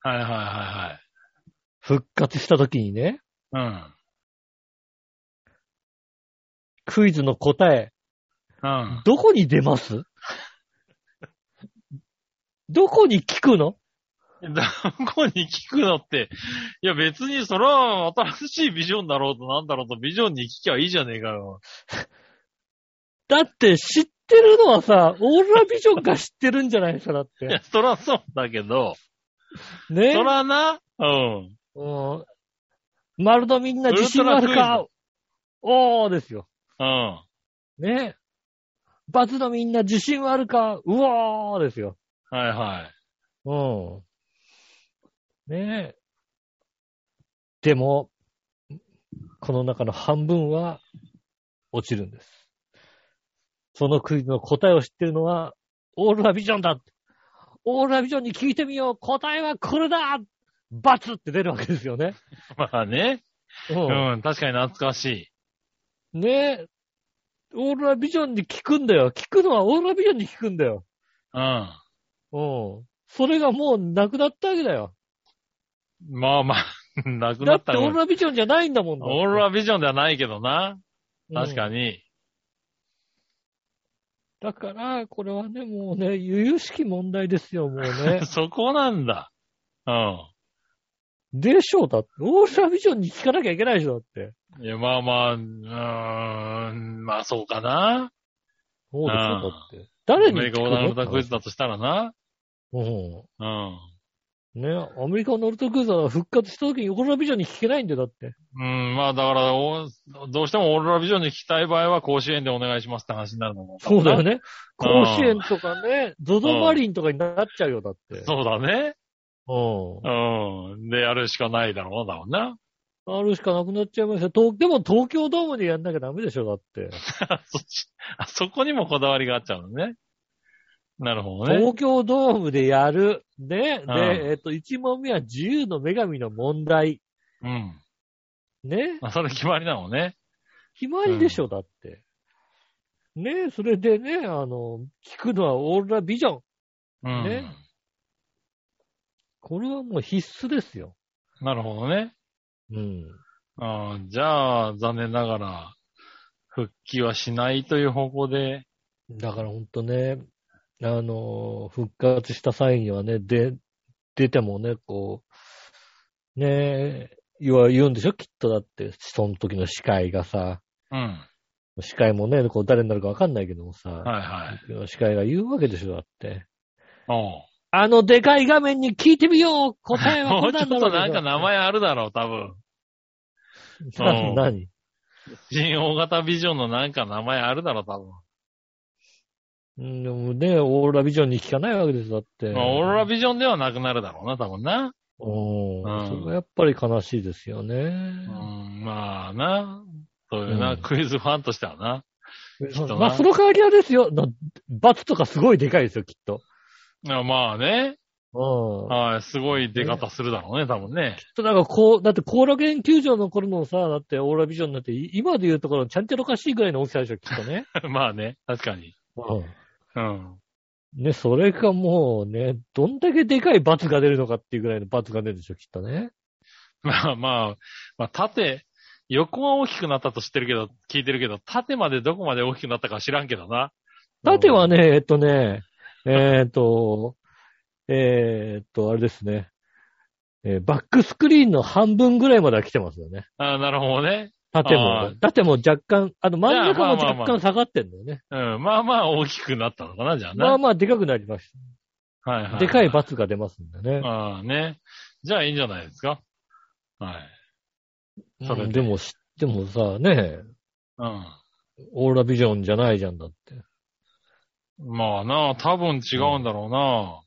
C: はいはいはい
B: 復活した時にね、
C: はい。
B: クイズの答え、
C: うん。うん。
B: どこに出ますどこに聞くの
C: どこに聞くのって、いや別にそれは新しいビジョンだろうとなんだろうとビジョンに聞きゃいいじゃねえかよ。
B: だって知ってるのはさ、オーロラビジョンが知ってるんじゃないですか、だっ
C: いや
B: て。、
C: そらそうだけど、
B: ね
C: そらな、うん。
B: うん。まるでみんな自信ある
C: ウルトラク
B: か。おーですよ。
C: うん。
B: ね。バズのみんな自信はあるか。うおーですよ。
C: はいはい。
B: うん。ねえ。でも、この中の半分は落ちるんです。そのクイズの答えを知ってるのは、オーロラビジョンだオーロラビジョンに聞いてみよう答えはこれだバツって出るわけですよね。
C: まあね。
B: うん
C: うん、確かに懐かしい。
B: ねえ。オーロラビジョンに効くんだよ。効くのはオーロラビジョンに効くんだよ。
C: うん。
B: うん。それがもうなくなったわけだよ。
C: まあまあ、 なく
B: だ
C: な
B: っ
C: った
B: てオーロラビジョンじゃないんだもんだって
C: オーロラビジョンではないけどな。確か
B: に。
C: に。。
B: だから、これはね、もうね、由々しき問題ですよ、もうね
C: そこなんだ。うん。
B: でしょう、だって。オーロラビジョンに聞かなきゃいけないでしょ、だって。
C: いや、まあまあ、うーん、まあそうかな。
B: そうでしょ、
C: あー
B: だって。誰
C: ア
B: に
C: メ
B: 聞
C: リ
B: く
C: カ
B: の
C: 横断のタクイズだとしたらな。
B: うん。
C: うん。
B: ね、アメリカのノルトクーザーが復活した時にオーロラビジョンに聞けないんだよ、だって。
C: うん、まあだからお、どうしてもオーロラビジョンに聞きたい場合は甲子園でお願いしますって話になるのも。
B: そうだよ。ね。
C: う
B: 甲
C: ん
B: 子園とかね、ゾゾマリンとかになっちゃうよ、だって。
C: そうだね。
B: う。
C: うん。で、やるしかないだろうな、だろうな。
B: ん。あるしかなくなっちゃいますよ。東でも東京ドームでやんなきゃダメでしょ、だって。
C: そっち、あそこにもこだわりがあっちゃうのね。なるほどね。
B: 東京ドームでやる。ね。
C: ん
B: で、えっと、1問目は自由の女神の問題。
C: うん。
B: ね。
C: まあ、それ決まりなのね。
B: 決まりでしょ、だって。ね。それでね、あの、聞くのはオーロラビジョン。
C: うん。
B: ねこれはもう必須ですよ。
C: なるほどね。
B: うん。
C: あーじゃあ、残念ながら、復帰はしないという方向で、
B: だからほんとね、あのー復活した際にはね、で、出てもね、こう、ねえ、言わ、言うんでしょきっとだって、その時の司会がさ、
C: うん。
B: 司会もね、こう誰になるかわかんないけどもさ、
C: はいはい。
B: 司会が言うわけでしょだって。
C: おう
B: あのでかい画面に聞いてみよう答えは
C: も
B: こ
C: う
B: れ
C: ち
B: な
C: ょっ
B: んだ
C: と
B: ろう
C: なんか名前あるだろう、多分。
B: な
C: うん
B: 何
C: 新大型ビジョンのなんか名前あるだろう、多分。
B: うんでもね、オーロラビジョンに聞かないわけですだって。
C: まあ、オーロラビジョンではなくなるだろうな、多分な。
B: うん。
C: うん
B: それはやっぱり悲しいですよね。
C: うん、まあな。そういうな、
B: うん
C: クイズファンとしてはな。
B: そう
C: きっとな
B: まあ、その代わりはですよ。な罰とかすごいでかいですよ、きっと。
C: いやまあね。
B: うん。
C: はい、すごい出方するだろうね、多分ね。
B: き っとなんかこう、だって後楽園球場の頃のさ、だってオーラビジョンなんて、い今で言うところのちゃんちゃらおかしいぐらいの大きさでしょ、きっとね。
C: まあね、確かに。
B: う
C: うん。
B: ん。ね、それがもうね、どんだけでかい罰が出るのかっていうぐらいの罰が出るでしょ、きっとね。
C: まあまあ、まあ縦、横は大きくなったと知ってるけど、聞いてるけど、縦までどこまで大きくなったかは知らんけどな。
B: 縦はね、えっとね、えーっと、えーっと、あれですね。えーバックスクリーンの半分ぐらいまでは来てますよね。
C: ああ、なるほどね。
B: 縦
C: あ
B: も
C: ー。
B: 縦も若干、あの真ん中も
C: いやまあまあま
B: 若
C: あ
B: 干下がってんだよね。
C: うん、まあまあ大きくなったのかな、じゃあ
B: まあ
C: な。
B: まあでかくなりまし
C: はいは
B: た。
C: い。
B: でかい罰が出ますんでね。
C: ああね。じゃあいいんじゃないですか。はい。
B: うん
C: それで
B: でもし、でもさ、ね、
C: うん。
B: オーラビジョンじゃないじゃんだって。
C: まあな、多分違うんだろうな。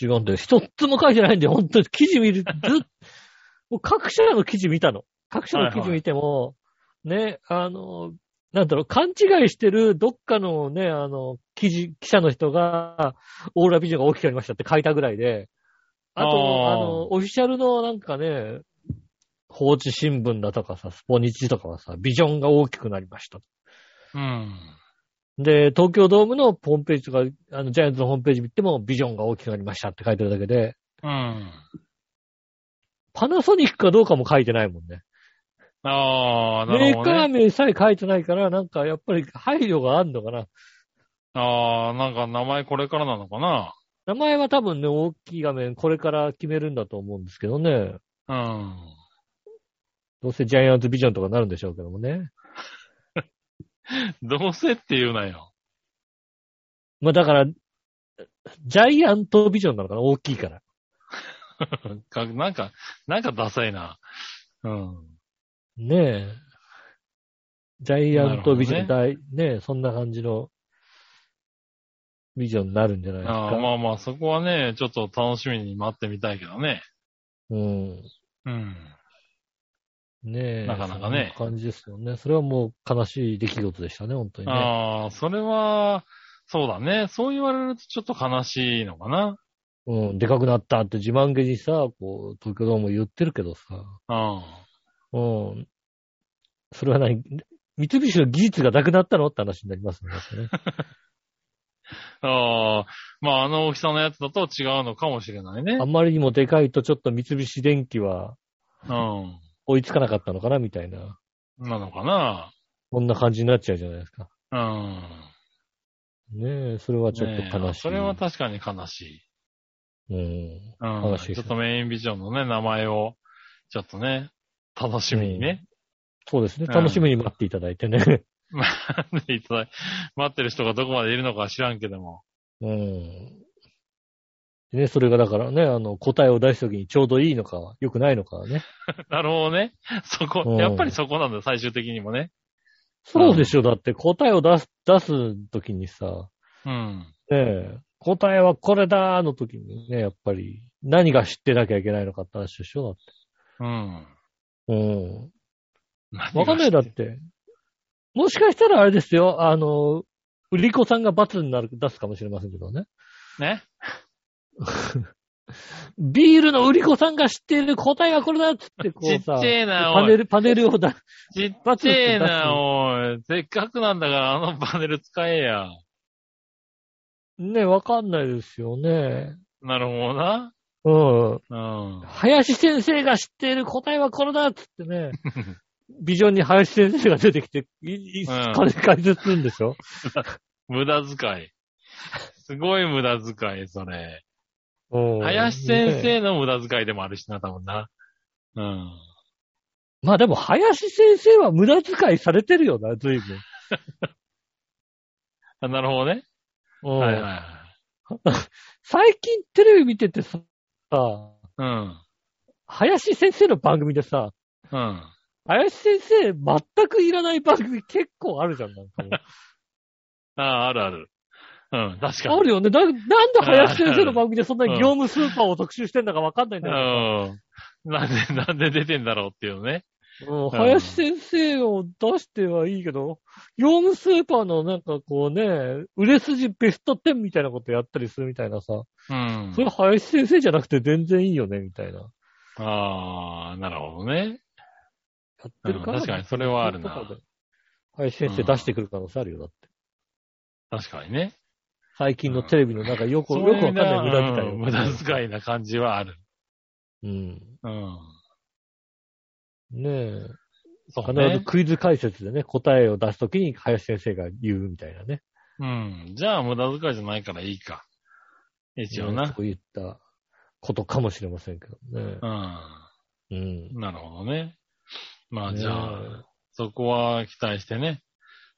B: 違うんだよ。一つも書いてないんだよ。本当に記事見る、ずっもう各社の記事見たの。各社の記事見ても、ね、あの、なんだろう、勘違いしてるどっかのね、あの、記事、記者の人が、オーラビジョンが大きくなりましたって書いたぐらいで、あと、あ
C: あー
B: の、オフィシャルのなんかね、放置新聞だとかさ、スポニチとかはさ、ビジョンが大きくなりました。
C: うん。
B: で、東京ドームのホームページとか、あの、ジャイアンツのホームページ見ても、ビジョンが大きくなりましたって書いてるだけで、
C: うん。
B: パナソニックかどうかも書いてないもんね。
C: ああ、な
B: メー
C: るほ
B: カ
C: ど
B: ー
C: ね。
B: 名さえ書いてないから、なんかやっぱり配慮があるのかな。
C: ああ、なんか名前これからなのかな。
B: 名前は多分ね、大きい画面、これから決めるんだと思うんですけどね。
C: うん。
B: どうせジャイアンツビジョンとかなるんでしょうけどもね。
C: どうせって言うなよ。
B: まあだから、ジャイアントビジョンなのかな大きいから。
C: かなんか、なんかダサいな。うん。
B: ねえ。ジャイアントビジョン
C: な
B: 大、ねえ、そんな感じのビジョンになるんじゃないです
C: ああ
B: か。
C: まあまあ、そこはね、ちょっと楽しみに待ってみたいけどね。
B: うん。
C: うん。
B: ねえ。
C: なかなかね
B: そんな感じですよね。それはもう悲しい出来事でしたね、本当にね。
C: ああ、それは、そうだね。そう言われるとちょっと悲しいのかな。
B: うん、でかくなったって自慢げにさ、こう、東京ドーム言ってるけどさ、
C: う
B: う
C: ん。
B: ん。それは何三菱の技術がなくなったのって話になりますね。
C: ああ、まああの大きさのやつだと違うのかもしれないね
B: あ。んまりにもでかいとちょっと三菱電機は
C: うん。
B: 追いつかなかったのかなみたいな。
C: なのかな
B: こんな感じになっちゃうじゃないですか。
C: うん。
B: ねえ、それはちょっと
C: ね
B: 悲
C: え
B: しい。
C: それは確かに悲しい。
B: うん。
C: うん。
B: 悲しい
C: ち
B: です
C: ょ
B: ね
C: っとメインビジョンのね、名前を、ちょっとね、楽しみにね。
B: そうですね。
C: うん
B: 楽しみに待っていただいてね。
C: 待 っていただい待ってる人がどこまでいるのかは知らんけども。
B: うん。ね、それがだからね、あの、答えを出すときにちょうどいいのか、良くないのかはね。
C: なるほどね。そこ
B: う、ん
C: やっぱりそこなんだよ、最終的にもね。
B: そうでしょ。だって答えを出す、出すときにさ、
C: うん。
B: ねえ、答えはこれだーのときにね、やっぱり、何が知ってなきゃいけないのかって話でしょ。
C: うん。
B: うん。
C: 何が
B: わかんないだっ。
C: して
B: もしかしたらあれですよ、あの、売り子さんが罰になる、出すかもしれませんけどね。
C: ね。
B: ビールの売り子さんが知っている答えはこれだっつってこ
C: ちっ
B: う
C: ち
B: さ、
C: ゃいな、
B: パ
C: お
B: ネ
C: い。
B: ル、パネルを出
C: ちっちゃいな、おい。せっかくなんだから、あのパネル使えや。
B: ね、わかんないですよね。
C: なるほどな。
B: うん。
C: うん。
B: 林先生が知っている答えはこれだっつって ね、ビジョンに林先生が出てきて、いい
C: うん
B: 解解説するんでしょ
C: 無駄遣い。すごい無駄遣い、それ。
B: うん
C: 林先
B: ね
C: 生の無駄遣いでもあるしな、多分な。うん。
B: まあでも林先生は無駄遣いされてるよな、随分。
C: あなるほどね。
B: うん
C: はいはいはい。
B: 最近テレビ見ててさ、
C: うん。
B: 林先生の番組でさ、
C: うん。
B: 林先生全くいらない番組結構あるじゃん。 なんかもう
C: ああ、あるある。うん、確か
B: あ
C: に。
B: るよね。ななんで林先生の番組でそんなに業務スーパーを特集してんだかわかんないんだけど
C: うん。なんで、 なんで出てんだろうっていうね。
B: うん、
C: ん
B: 林先生を出してはいいけど、業務スーパーのなんかこうね、売れ筋ベスト10みたいなことやったりするみたいなさ、
C: うん
B: そ。れ林先生じゃなくて全然いいよね、みたいな。や
C: ああ、なるほどね。
B: ってるから、
C: うん確かにそれはあるな
B: そういうとこで林先生出してくる可能性あるよ、だって。
C: 確かにね。
B: 最近のテレビのなんかよく、
C: そう
B: よく
C: う
B: わかんない無駄遣
C: な
B: いを、
C: うん無駄遣いな感じはある。
B: うん。
C: うん。
B: ねえ。
C: そう
B: 必ず
C: ね。
B: クイズ解説でね、答えを出すときに林先生が言うみたいなね。
C: うん。じゃあ無駄遣いじゃないからいいか。一応
B: ね
C: な。
B: そういったことかもしれませんけどね。
C: う
B: うん。
C: ん。なるほどね。まあじゃあ、
B: ねえ
C: そこは期待してね。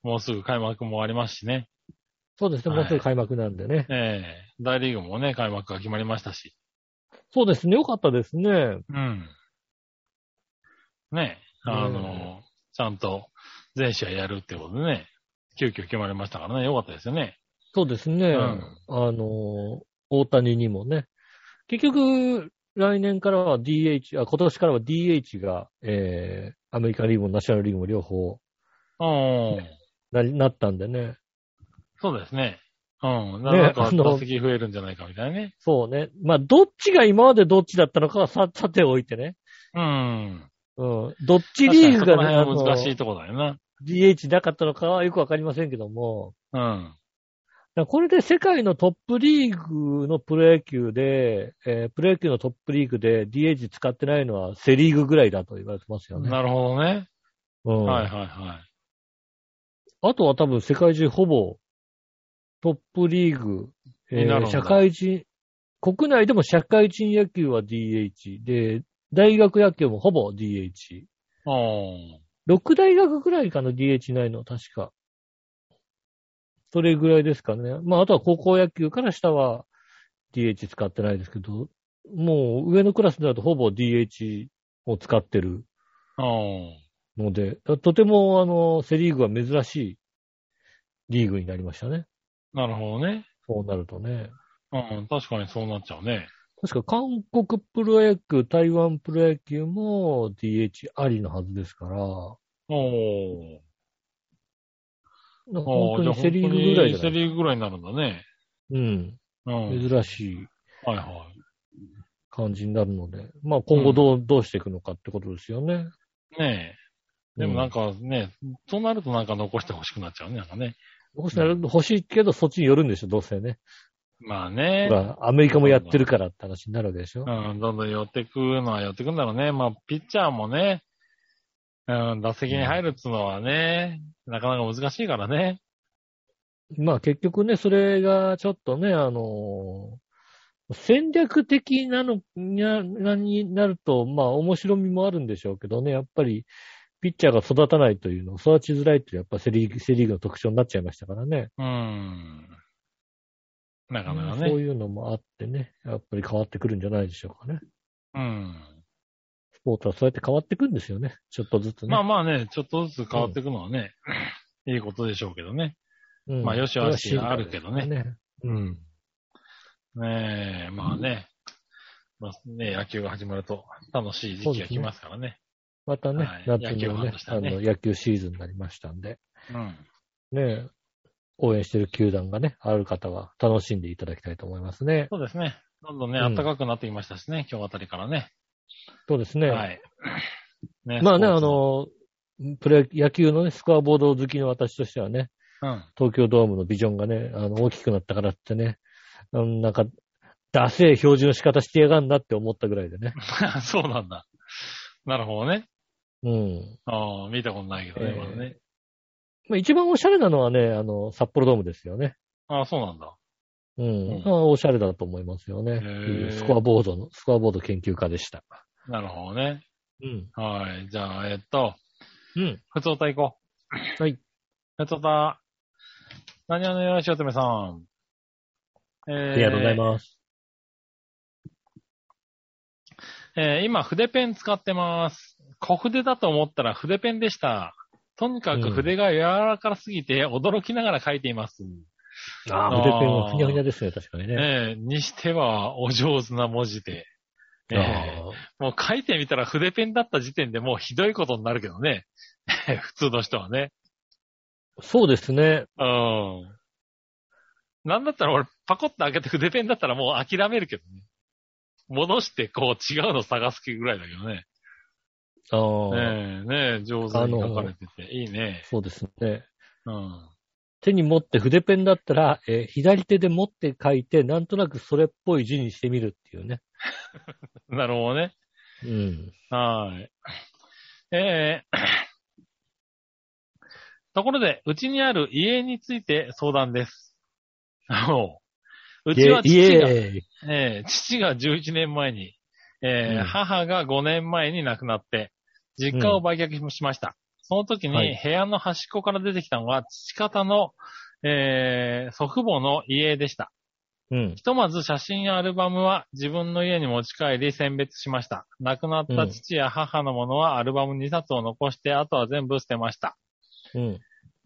C: もうすぐ開幕もありますしね。
B: そうですね、
C: はい
B: もうすぐ開幕なんでね。
C: ええ大リーグもね、開幕が決まりましたし。
B: そうですね、よかったですね。
C: うん。ねえ、あの、
B: ね
C: ちゃんと全試合やるってことでね、急遽決まりましたからね、よかったですよね。
B: そうですね、
C: うん
B: あの、大谷にもね。結局、来年からは DH、あ、今年からは DH が、えー、アメリカリーグもナショナルリーグも両方
C: うん。
B: な、なったんでね。
C: そうですね。うん。
B: ねえ
C: なんか
B: あの
C: 打席増えるんじゃないかみたいなね。
B: そうね。まあ、どっちが今までどっちだったのかはさ、さておいてね。
C: うん。
B: うん。どっちリーグ
C: 確
B: が
C: か
B: ね、
C: に
B: あ
C: そ
B: の
C: こら辺は難しいとこだよ
B: DH なかったのかはよくわかりませんけども。
C: な。
B: だからこれで世界のトップリーグのプロ野球で、えープロ野球のトップリーグで DH 使ってないのはセリーグぐらいだと言われてますよ
C: うん。
B: ね。
C: なるほどね。
B: うん
C: はいはいは
B: あとは多分世界中ほぼトップリーグ、
C: になるんだ
B: 社会人、国内でも社会人野球は DH で、大学野球もほぼ DH。
C: い。
B: 6大学ぐらいかな、DH ないの、確か。それぐらいですかね。まあ、あとは高校野球から下は DH 使ってないですけど、もう上のクラスになるとほぼ DH を使ってる
C: うん。うん。
B: ので、とても、あの、セリーグは珍しいリーグになりましたね。
C: なるほどね。
B: そうなるとね。
C: うん。確かにそうなっちゃうね。
B: 確か韓国プロ野球、台湾プロ野球も DH ありのはずですから、
C: おー。
B: なんか
C: あ
B: 本
C: あ、
B: 当
C: じゃあ
B: にセリーグぐらいじゃな
C: セ
B: い
C: リーグぐらいになるんだね。
B: うん。
C: うん。
B: 珍しい
C: はいは
B: 感じになるので、まあ今後どう、どうしていくのかってことですよね。
C: い。ねでもなんかね、そうなるとなんか残してほしくなっちゃうね、なんかね。
B: 欲しいな欲しいけど、そっちに寄るんでしょ、どうせね。
C: まあね
B: ほ。ら、アメリカもやってるからって話になるわけでしょ。
C: うん、どんどん寄ってくのは寄ってくんだろうね。まあ、ピッチャーもね、うん、打席に入るっつうのはね、なかなか難しいからね。
B: まあ結局ね、それがちょっとね、あのー戦略的なのにななになると、まあ面白みもあるんでしょうけどね、やっぱり、ピッチャーが育たないというの、育ちづらいという、やっぱセリーグセリーグの特徴になっちゃいましたからね。
C: うん。なかなか
B: そう
C: ね。
B: いうのもあってね、やっぱり変わってくるんじゃないでしょうかね。
C: うん。
B: スポーツはそうやって変わってくんですよね、ちょっとずつね。
C: まあまあね、ちょっとずつ変わっていくのはね、いいことでしょうけどね。
B: うん
C: まあ良し悪しがあるけどね
B: それは進化です
C: う。
B: うん
C: ねえ、まあね。まあね、野球が始まると楽しい時期が来ますからね。
B: またね、
C: はい野
B: 夏
C: 球フ
B: の
C: ァン
B: ね
C: として
B: あ
C: はね
B: の、野球シーズンになりましたんで、
C: うん。
B: ね、応援してる球団がね、ある方は楽しんでいただきたいと思いますね。
C: そうですね。どんどんね、
B: うん
C: 暖かくなってきましたしね、今日あたりからね。
B: そうですね。
C: はい。ね
B: まあね、
C: スポー
B: あ
C: ツ
B: の、プロ野球のね、スコアボード好きの私としてはね、
C: うん。
B: 東京ドームのビジョンがね、あの、大きくなったからってね、あのなんか、ダセえ表示の仕方してやがんなって思ったぐらいでね。
C: そうなん だ。なるほどね。
B: うん。
C: ああ、見たことないけどね、
B: ええ
C: まだね。
B: まあ、一番おしゃれなのはね、あの、札幌ドームですよね。
C: ああ、そうなんだ。
B: うん。
C: うん
B: まあおしゃれだと思いますよね。
C: へえ
B: スコアボードの、スコアボード研究家でした。
C: なるほどね。
B: うん。
C: はい。じゃあ、えっと、
B: うん。
C: ふつおた行こう。
B: はい。
C: ふつおた。何をねよろしおとめさん。えー
B: ありがとうございます。
C: えー今、筆ペン使ってます。小筆だと思ったら筆ペンでした。とにか
B: う
C: く
B: ん
C: 筆が柔らかすぎて驚きながら書いています。
B: ああ、
C: あー
B: 筆ペンはふにゃふにゃですね、確かにね。
C: えーにしてはお上手な文字で。えー
B: あ
C: もう書いてみたら筆ペンだった時点でもうひどいことになるけどね。 普通の人はね。
B: ーそうですね。
C: うん。なんだったら俺パコッと開けて筆ペンだったらもう諦めるけどね。戻してこう違うの探す気ぐらいだけどね。
B: あー
C: ねえ、ねえ、上手に書かれてて。いいね。
B: そうですね。
C: うん。
B: 手に持って筆ペンだったら、えー左手で持って書いて、なんとなくそれっぽい字にしてみるっていうね。
C: なるほどね。
B: うん。
C: はい。えー ところで、うちにある家について相談です。おううちは
B: イエ
C: 父が、
B: イエーイ
C: えー父が11年前に、えー
B: うん
C: 母が5年前に亡くなって、実家を売却しました。その時
B: はい
C: に部屋の端っこから出てきたのは、父方の、えー祖父母の家でした。
B: うん。
C: ひとまず写真やアルバムは自分の家に持ち帰り選別しました。亡くなった父や母のものはアルバム2冊を残して、あとは全部捨てました。
B: うん。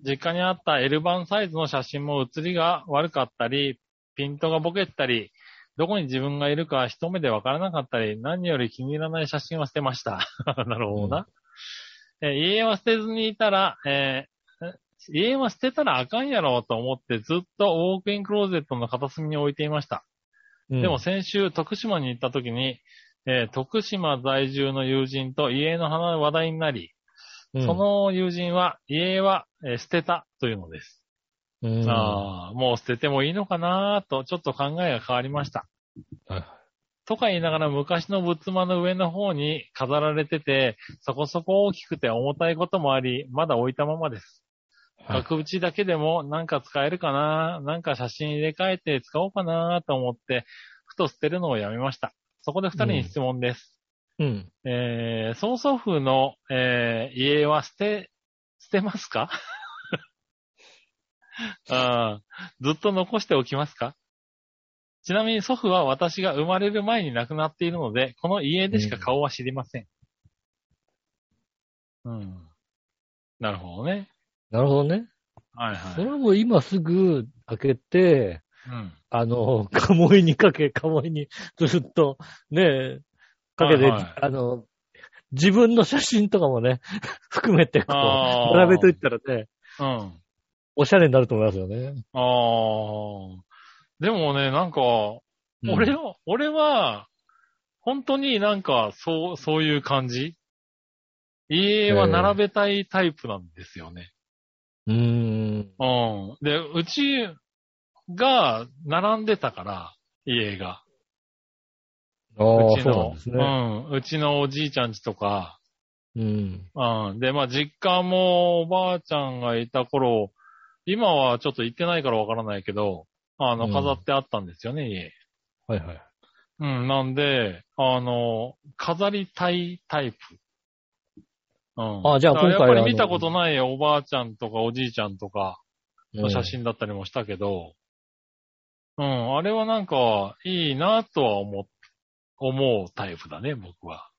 C: 実家にあった L 版サイズの写真も写りが悪かったり、ピントがボケてたり、どこに自分がいるか一目でわからなかったり、何より気に入らない写真は捨てました。 なるほどな。えー家は捨てずにいたら、えーえ家は捨てたらあかんやろうと思ってずっとウォークインクローゼットの片隅に置いていました。
B: うん
C: でも、先週、徳島に行った時に、えー徳島在住の友人と家の花の話題になり、
B: うん
C: そ、の友人は、家は、えー捨てたというのです。
B: うん、
C: ああ、もう捨ててもいいのかなと、ちょっと考えが変わりました。
B: はい
C: とか言いながら昔の仏間の上の方に飾られてて、そこそこ大きくて重たいこともあり、まだ置いたままです。
B: はい
C: 額縁だけでもなんか使えるかな、なんか写真入れ替えて使おうかなと思って、ふと捨てるのをやめました。そこで二人に質問です。
B: うん。
C: えー、曽祖父の、えー家は捨て、捨てますか あーずっと残しておきますかちなみに祖父は私が生まれる前に亡くなっているので、この家でしか顔は知りません。うん。なるほどね。
B: なるほどね。
C: はい
B: そ
C: はい。
B: れはもう今すぐ開けて、
C: うん。
B: あの、カモイにかけ、カモイにずっと、ねえ、かけて、
C: はいはい
B: あの、自分の写真とかもね、 含めてこ
C: あ
B: う、
C: ー
B: 並べといったらね、
C: うん。
B: おしゃれになると思いますよね。
C: あー。でもね、なんか、俺
B: うん
C: は、俺は、本当になんか、そう、そういう感じ家は並べたいタイプなんですよね。
B: うーん。
C: うん。で、うちが並んでたから、家が。
B: ああ、
C: うち
B: そうな
C: の
B: んですね。
C: うん。うちのおじいちゃんちとか、
B: うん。
C: うん。で、まあ、実家もおばあちゃんがいた頃、今はちょっと行ってないからわからないけど、あ
B: う
C: の、
B: ん
C: 飾ってあったんですよね、家。
B: はいはい。
C: うん、なんで、あの、飾りたいタイプ。うん。
B: あじゃあ
C: だか
B: 今回
C: らやっ
B: あ
C: ぱ
B: の
C: り見たことないおばあちゃんとかおじいちゃんとかの写真だったりもしたけど、うん、あれはなんか、いいなとは思っ、思うタイプだね、僕は。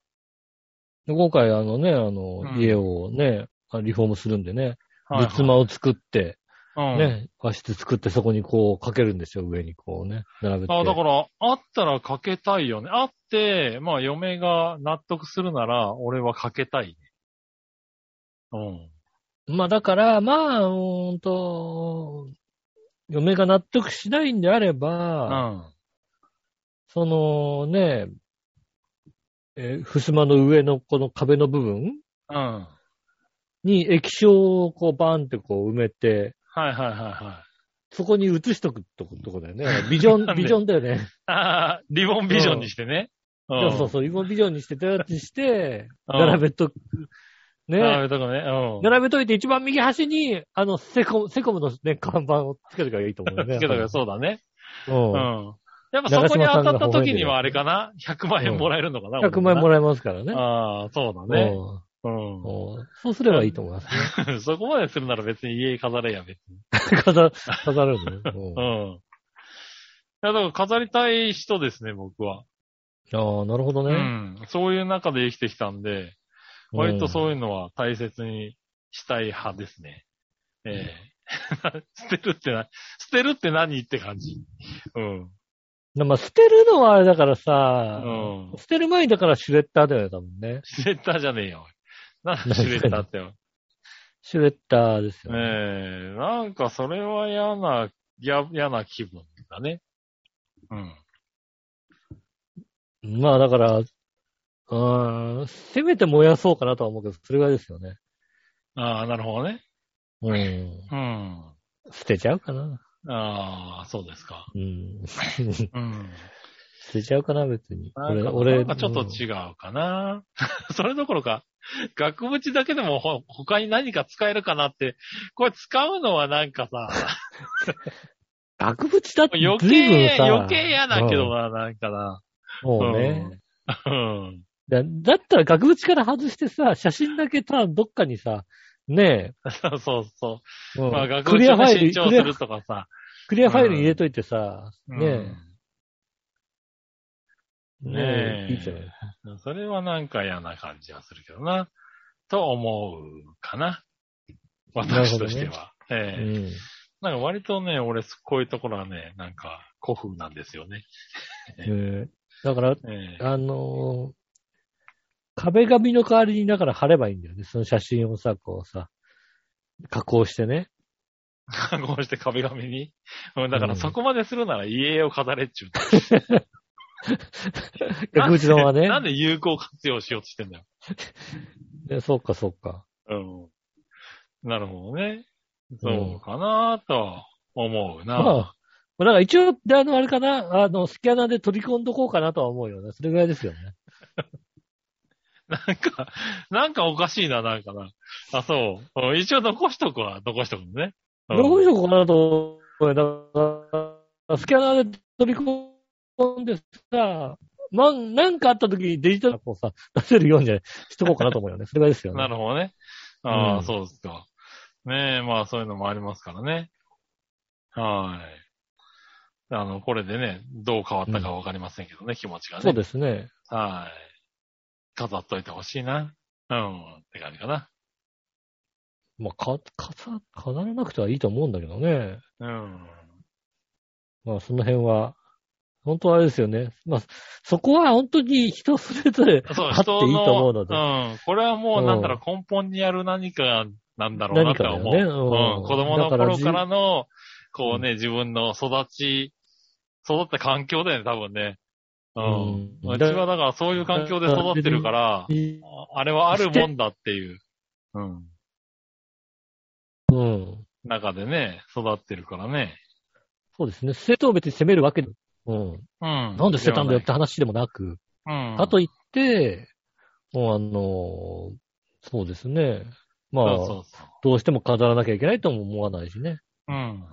B: で今回、あのね、あの、
C: うん
B: 家をね、あリフォームするんでね、
C: はい
B: 仏間を作って、
C: はいうん。
B: ね、和室作ってそこにこうかけるんですよ、上にこうね、並べて。
C: あだから、あったらかけたいよね。あって、まあ、嫁が納得するなら、俺はかけたいね。
B: まあだから、まあ、うーんと、嫁が納得しないんであれ
C: う
B: ば、
C: ん。うん。
B: そのね、えー、襖の上のこの壁の部分
C: うん。はい
B: に液晶をこうバーンってこう埋めて、
C: はいはいはい。
B: そこに映しとくってこと だよね。ビジョ
C: な
B: ン、
C: んで
B: ビジョンだよね。
C: ああ、 リボンビジョンにしてね。う
B: そうそうそう、今ビジョンにして、どうやってして、
C: うん
B: 並べとく。ね。
C: 並べとくね。うん。
B: 並べといて一番右端に、あの、セコム、セコムのね、看板をつけるからいいと思うよね。
C: つけたからそうだね。
B: うん
C: うん。やっぱそこに当たった時にはあれかな ?100 万
B: う
C: 円
B: ん
C: もらえるのかな
B: 100万円も
C: ら
B: らえますからね。
C: ああ、そうだね。
B: うん
C: うん。
B: うんそうすればいいと思いますね。
C: そこまでするなら別に家飾れや、別に。
B: 飾飾るのね。
C: う
B: うん
C: ん。いや、だから飾りたい人ですね、僕は。
B: ああ、なるほど
C: う
B: ね。
C: ん。そういう中で生きてきたんで、割とそういうのは大切にしたい派ですね。え え捨てるってな、捨てるって何って感じ。うん。
B: うん。まあ、捨てるのはあれだから
C: う
B: さ、
C: ん。
B: 捨てる前にだからシュレッダーだよね、多分ね。
C: シュレッダーじゃねえよ。なんでシュレッダーってよ。
B: シュレッダーですよね。
C: ええなんかそれは嫌な、や嫌な気分だね。うん。
B: まあだから、うーん、せめて燃やそうかなとは思うけど、それぐらいですよね。
C: ああ、なるほどね。
B: うん。
C: うん。
B: 捨てちゃうかな。
C: ああ、そうですか。
B: うん。
C: うん。
B: 捨てちゃうかな、別に。
C: なん
B: 俺、
C: か
B: 俺。
C: なんかちょっと違うかな。 それどころか、額縁だけでもほ他に何か使えるかなって、これ使うのはなんかさ、
B: 額縁だって
C: 余
B: 随分
C: 計、
B: さ。
C: 余計嫌だけどな、なんかな。
B: うん。もうね。
C: うん。
B: だだったら額縁から外してさ、写真だけさ、どっかにさ、ね
C: そうそ
B: え、う
C: う。
B: ん
C: まあ、額
B: クリ
C: 縁
B: アフ
C: を
B: ァ
C: 新
B: イル、
C: 調
B: ク
C: す
B: リア
C: るとかさ。
B: クリアファイルに入れといてさ、
C: うん
B: ねえ、
C: ねえ
B: いいじゃない。
C: それはなんか嫌な感じはするけどな。と思うかな。私としては。ええ
B: うん
C: なんか割とね、俺、こういうところはね、なんか、古風なんですよね。
B: ええだから、
C: ええ
B: あのー壁紙の代わりに、だから貼ればいいんだよね。その写真をさ、こうさ、加工してね。
C: こうして壁紙に。 うん、だからそこまでするなら家を飾れっちゅう。
B: 額縁のままね
C: なんで有効活用しようとしてんだよ。
B: ね。そうか、そうか。
C: うん。なるほどね。そうかなと思うな。
B: まあ、だから一応、であの、あれかな、あの、スキャナーで取り込んどこうかなとは思うよね。それぐらいですよね。
C: なんか、なんかおかしいな、なんかな。あ、そううん。一応残しとくわ、残しとくのね。うん
B: どうしようかなと思うよだから、スキャナーで取り込んでさ、なん、なんかあった時にデジタルをさ、出せるようにしとこうかなと思うよ ね。それぐらいですよね。
C: なるほどね。ああ、
B: うん
C: そうですか。ねえ、まあそういうのもありますからね。はーい。あの、これでね、どう変わったかわかりませんけどね、気持ちがね。
B: そうですね。
C: す。はーい。飾っといてほしいな。うん、って感じかな。
B: まあ、か、かさ、飾らなくてはいいと思うんだけどね。
C: うん。
B: まあ、その辺は、本当はあれですよね。まあ、そこは本当に人それぞ れ
C: そう、
B: あっていい
C: 人の、
B: と思うので。
C: うん。これはもう、なんだろう、根本にある何かなんだろうなとは思う。
B: 何かだよねうん
C: うん。子供の頃
B: だ
C: か
B: から
C: らの、こうね、自分の育ち、育った環境だよね、多分ね。うん。
B: うん
C: うちはだからそういう環境で育ってるから、あれはあるもんだっていう、うん。
B: うん。
C: 中でね、育ってるからね。
B: そうですね。生徒を別に責めるわけで、うん。
C: うん。
B: なんで捨てたんだよって話でもなく、
C: うん。
B: かといって、もうあの、そうですね。まあ、
C: そうそうそう。
B: どうしても飾らなきゃいけないとも思わないしね。
C: うん。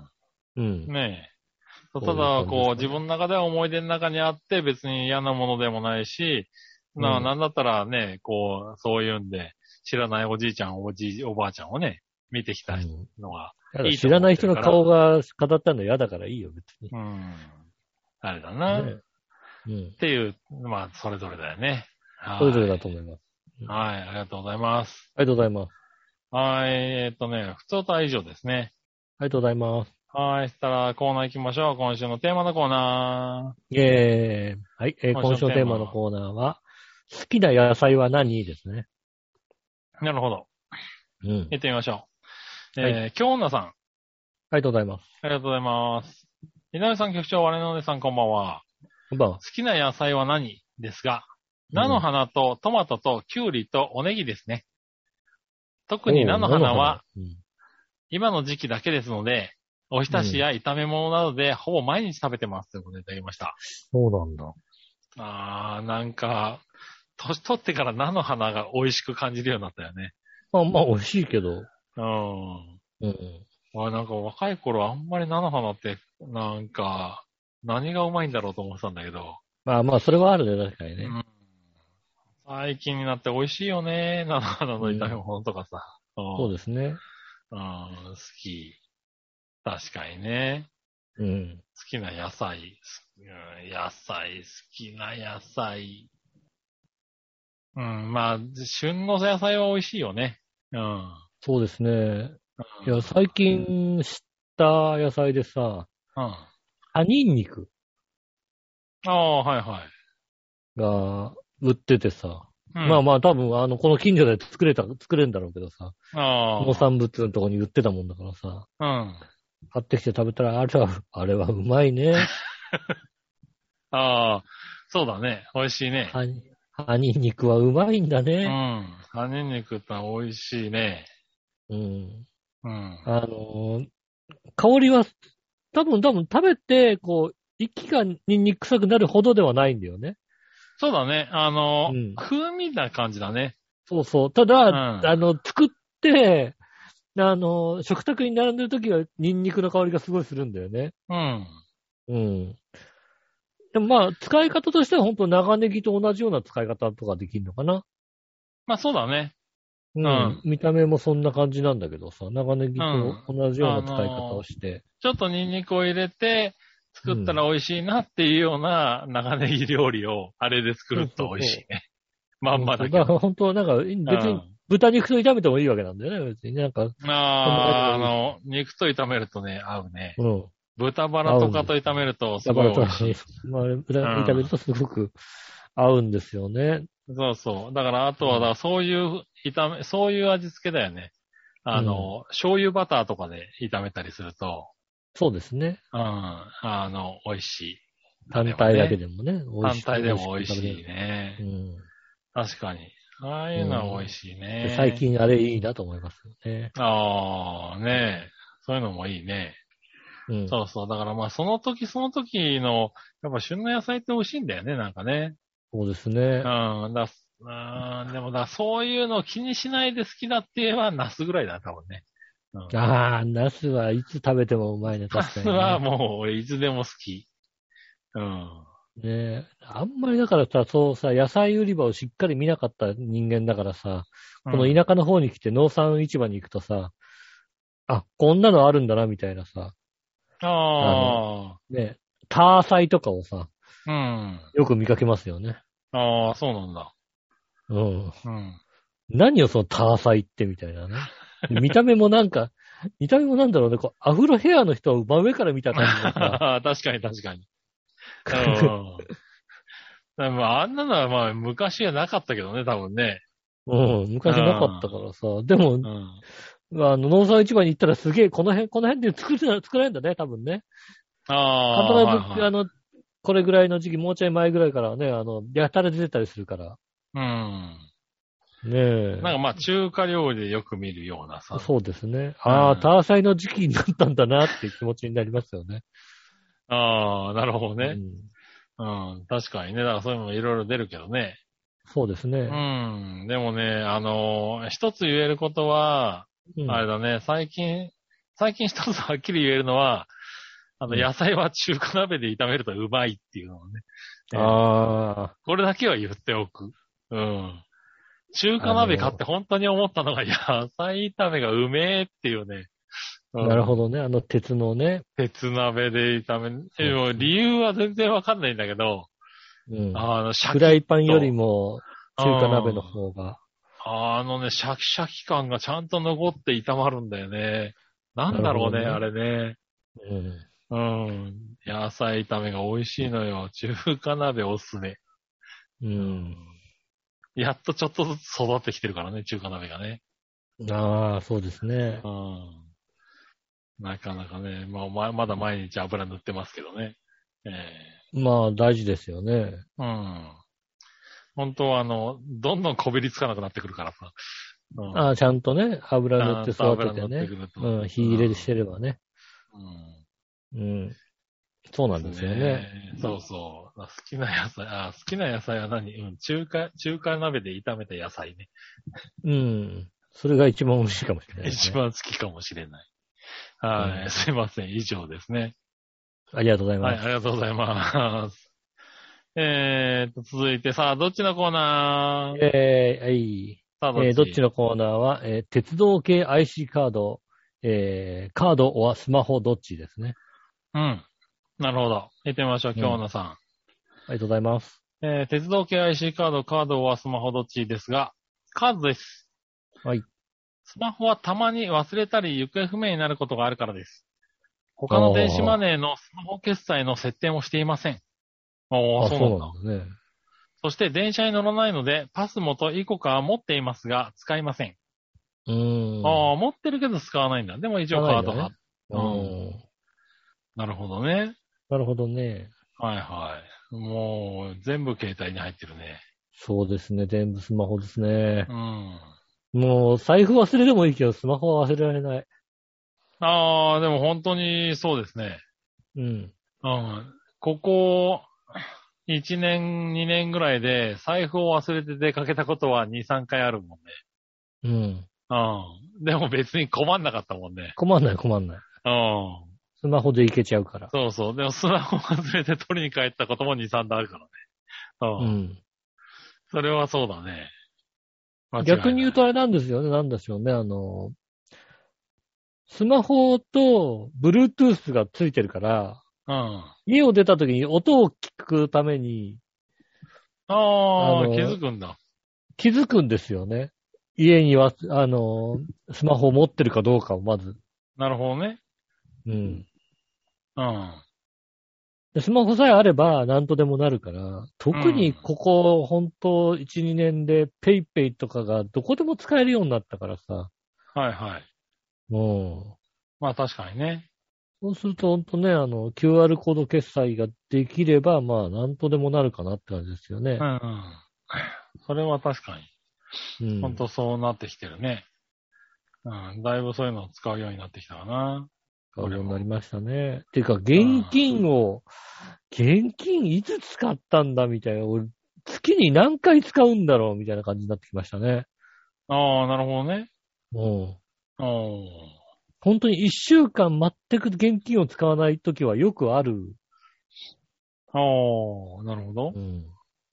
B: うん。
C: ねえ。た
B: う
C: だ、こう、
B: そうですね
C: 自分の中では思い出の中にあって、別に嫌なものでもないし、な、
B: うん
C: なんだったらね、こう、そういうんで、知らないおじいちゃん、おじい、おばあちゃんをね、見てきた
B: うん
C: のが、
B: ただ知らない人の顔が飾ったの嫌だからいいよ、別に。
C: うん、あれだな、
B: ね
C: っ
B: うん。
C: ていう、まあ、それぞれだよね。はい
B: それぞれだと思います。
C: はい、ありがとうございます。
B: ありがとうございます。
C: はい、えっとね、普通とは以上ですね。
B: ありがとうございます。
C: はい、そしたらコーナー行きましょう。今週のテーマのコーナ
B: イェーイ。はい、えー
C: 今
B: 今
C: 週
B: 週
C: の
B: の
C: テ
B: テ
C: ー
B: ー
C: マ
B: マのコーナーは、好きな野菜は何ですね。
C: ー。なるほど。
B: うん。
C: 行ってみましょう。
B: はい
C: えー、京女さん。
B: ありがとうございます。
C: ありがとうございます。井上さん、局長、我のお姉さん、こんばんは。
B: こんばんは
C: 好。きな野菜は何ですが、菜の花とトマトとキュウリとおネギですね。特に菜の花は
B: おう、菜の
C: 今の時期だけですので、おひたしや炒め物などでほぼ毎日食べてますということでいただきました。
B: 花。うんそうなんだ。
C: あー、なんか、年取ってから菜の花が美味しく感じるようになったよね。
B: まあ、まあ、美味しいけど。
C: うん。
B: うん。
C: 俺なんか若い頃あんまり菜の花って、なんか、何がうまいんだろうと思ってたんだけど。
B: まあまあ、それはあるね、確かに
C: う
B: ね。
C: ん最近になって美味しいよね。菜の花の炒め物とかさ。
B: そう
C: で
B: ですね。
C: 好き。確かにね。
B: うん。
C: 好きな野菜。うん野菜、好きな野菜。うん、まあ、旬の野菜は美味しいよね。うん。
B: そうですね。い
C: うん
B: や、最近知った野菜でさ、
C: あ
B: 葉ニンニク
C: あ、はいはい。
B: が売っててさ、
C: うん
B: まあまあ多分あの、この近所で作れた、作れるんだろうけどさ、
C: あ
B: 農産物のとこに売ってたもんだからさ、
C: あ。うん。
B: 買ってきて食べたら、あれは、あれはうまいね。
C: ああ、そうだね。美味しいね。
B: 葉に葉ニンニクはうまいんだ
C: う
B: ね。
C: ん。葉ニンニクって美味しいね。
B: うん。
C: うん。
B: あのー香りは、多分多分食べて、こう、息がニンニク臭くなるほどではないんだよね。
C: そうだね。あの、
B: うん
C: 風味な感じだね。
B: そうそう。ただ、
C: うん
B: あの、作って、あの、食卓に並んでる時はニンニクの香りがすごいするんだよね。
C: うん。
B: うん。でもまあ、使い方としては本当長ネギと同じような使い方とかできるのかな。
C: まあそうだね。
B: うん。
C: うん
B: 見た目もそんな感じなんだけどさ、長ネギと同じような使い方をして。
C: ちょっとニンニクを入れて、作ったら美味しいなっていうような長ネギ料理を、あれで作ると美味しいね。 まんまだけ
B: だか
C: ど。
B: ら本当はなんか、別
C: うん
B: に豚肉と炒めてもいいわけなんだよね、別にね。なんか、
C: あーあの、肉と炒めるとね、合うね。
B: うん。
C: 豚バラとかと炒めるとす
B: だ
C: ご
B: から
C: い美味しい。
B: まあ、豚肉炒めるとすごく合うんですよね。
C: そうそう。だから、あとは、だからそういう炒め、そういう味付けだよね。あの、醤油バターとかで炒めたりすると、
B: そうですね。
C: うん、あの、美味しい。
B: 単体だけでもね。美味
C: 単
B: しい
C: 体でも美味しい。
B: う
C: ね。
B: ん
C: 確かに。ああいうのは美味しいね
B: で。最。近あれいいなと思いますよね。
C: ああ、ねえ。そういうのもいいね。
B: うん。
C: そうそう。だからまあ、その時その時の、やっぱ旬の野菜って美味しいんだよね、なんかね。
B: そうですね。
C: うん、だ、うん、でもだ、そういうのを気にしないで好きだって言えば、ナスぐらいだ、多分ね。うん
B: ああ、ナスはいつ食べてもうまいね、
C: ナ
B: 確か
C: ス
B: にね、
C: はもう、俺、いつでも好き。うん。
B: ねあんまりだからさ、そうさ、野菜売り場をしっかり見なかった人間だからさ、この田舎の方に来て農産市場に行くとさ、あ、こんなのあるんだな、みたいなさ、
C: 舎あ
B: ねターサイとかをさ、
C: あ。うん。
B: よく見かけますよね。
C: ああ、そうなんだ。
B: うん。
C: うん。
B: 何よ、そのターサイって、みたいなね。見た目もなんか、見た目もなんだろうね、こう、アフロヘアの人を真上から見た感じのさ、
C: 確かに確かに。うん。でもあんなのはまあ昔はなかったけどね、多分ね。
B: うん、昔なかったからさ、でも
C: う、ん。
B: あの、農産市場に行ったらすげえ、この辺、この辺で作るな、作られるんだね、多分ね。
C: ああ。
B: 必ず、あ
C: の、
B: の、これぐらいの時期、もうちょい前ぐらいからはね、あの、やたら出てたりするから。
C: うん。
B: ねえ。
C: なんかまあ中華料理でよく見るようなさ。
B: そうですね。ああ、
C: うん
B: ターサイの時期になったんだなっていう気持ちになりますよね。
C: ああ、なるほど
B: う
C: ね。
B: ん
C: うん。確かにね。だからそういうのもいろいろ出るけどね。
B: そうです
C: う
B: ね。
C: ん。でもね、あのー一つ言えることは、
B: うん
C: あれだね、最近、最近一つはっきり言えるのは、あの、
B: うん
C: 野菜は中華鍋で炒めるとうまいっていうのをね。えー
B: ああ、
C: これだけは言っておく。うん。中華鍋買って本当に思ったのが、野菜炒めがうめえっていうね。うん
B: なるほどね。あの鉄のね。
C: 鉄鍋で炒め、
B: う
C: でも理由は全然わかんないんだけど、
B: うん、
C: あの、シャ
B: フ
C: キ
B: ライパンよりも中華鍋の方が。
C: あのね、シャキシャキ感がちゃんと残って炒まるんだよね。なんだろうね、
B: な
C: あ
B: る
C: れね。
B: うん
C: うん。野菜炒めが美味しいのよ。中華鍋おすすめ。
B: うん。
C: やっとちょっとずつ育ってきてるからね、中華鍋がね。
B: ああ、そうですね。
C: うん。なかなかね、まあま、まだ毎日油塗ってますけどね。え
B: まあ、大事ですよね。
C: えうん。本当はあの、どんどんこびりつかなくなってくるからさ。うん
B: ああ、ちゃんとね、油塗って育ててね。うん、火入れしてれ
C: る。
B: ばね。
C: うん
B: うん。そうなんですよね。。
C: そうそう。好きな野菜、あ好きな野菜は何うん、中華、中華鍋で炒めた野菜ね。
B: うん。それが 一番美味しいかもしれない、ね。
C: 一番好きかもしれない。はい、
B: うん
C: すいません。以上ですね。
B: ありがとうござい
C: はい、
B: ます。
C: ありがとうございます。 えーっと、続いて、さあ、どっちのコーナー
B: えーはい。
C: さあ、
B: えーどっちのコーナーは、えー鉄道系 IC カード、えーカードはスマホどっちですね。
C: うん。なるほど。行ってみましょう、今日のさん。
B: ありがとうございます。
C: えー鉄道系 IC カード、カードはスマホどっちですが、カードです。
B: はい。
C: スマホはたまに忘れたり行方不明になることがあるからです。他の電子マネーのスマホ決済の設定もしていません。おー、
B: あ、
C: そ
B: そうう
C: なんだ。
B: なんですね。
C: そして電車に乗らないので、パスモとイコカは持っていますが、使いません。
B: うーん。
C: ああ、持ってるけど使わないんだ。でも一応カード
B: 使わない
C: が。
B: んだねうん。
C: なるほどね。
B: なるほどね。
C: はいはい。もう、全部携帯に入ってるね。
B: そうですね。全部スマホですね
C: う。ん。
B: もう、財布忘れてもいいけど、スマホは忘れられない。
C: ああ、でも本当にそうですね。
B: うん。
C: うん。ここ、1年、2年ぐらいで、財布を忘れて出かけたことは2、3回あるもんね。
B: うん。
C: うん。でも別に困んなかったもんね。
B: 困んない、困んない。
C: うん。
B: スマホでいけちゃうから。
C: そうそう。でもスマホ忘れて取りに帰ったことも2、3度あるからね。
B: う
C: うん。
B: ん。
C: それはそうだね。間違いない
B: 逆に言うと、あれなんですよね。なんでしょうね。あの、スマホと Bluetooth がついてるから、
C: うん。あ
B: 家を出た時に音を聞くために
C: あ
B: あ
C: ー、
B: の
C: 気づくんだ。
B: 気づくんですよね。家には、あの、スマホを持ってるかどうかをまず。
C: なるほどね。
B: うん。
C: うん。
B: でスマホさえあれば何とでもなるから、特にここ、本当1、2年で PayPay とかがどこでも使えるようになったからさ。
C: はいはい。
B: うん。
C: まあ確かにね。
B: そうすると、ほんとね、あの、QR コード決済ができれば、まあ、なんとでもなるかなって感じですよね
C: う。ん、うん。それは確かに。
B: うん。
C: ほんとそうなってきてるね。うん、だいぶそういうのを使うようになってきたかな。
B: 買うようになりましたね。ていうか、現金を、現金いつ使ったんだみたいな、俺、月に何回使うんだろうみたいな感じになってきましたね。
C: ああ、なるほどね。
B: うん。
C: おー
B: 本当に一週間全く現金を使わないときはよくある、
C: おーなるほど
B: う。ん、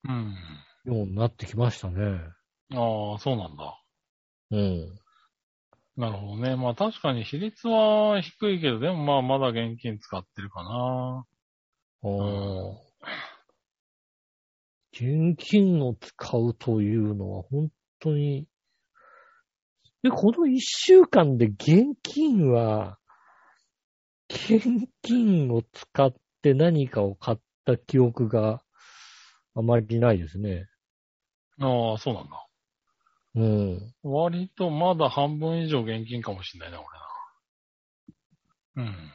C: うん。
B: ようになってきましたね。
C: ああ、そうなんだ。
B: うん。
C: なるほどね。まあ確かに比率は低いけど、でもまあまだ現金使ってるかな。
B: あー現金を使うというのは本当に、で、この一週間で現金は、現金を使って何かを買った記憶があまりないですね。
C: ああ、そうなんだ。
B: うん。
C: 割とまだ半分以上現金かもしんないな、俺な。うん。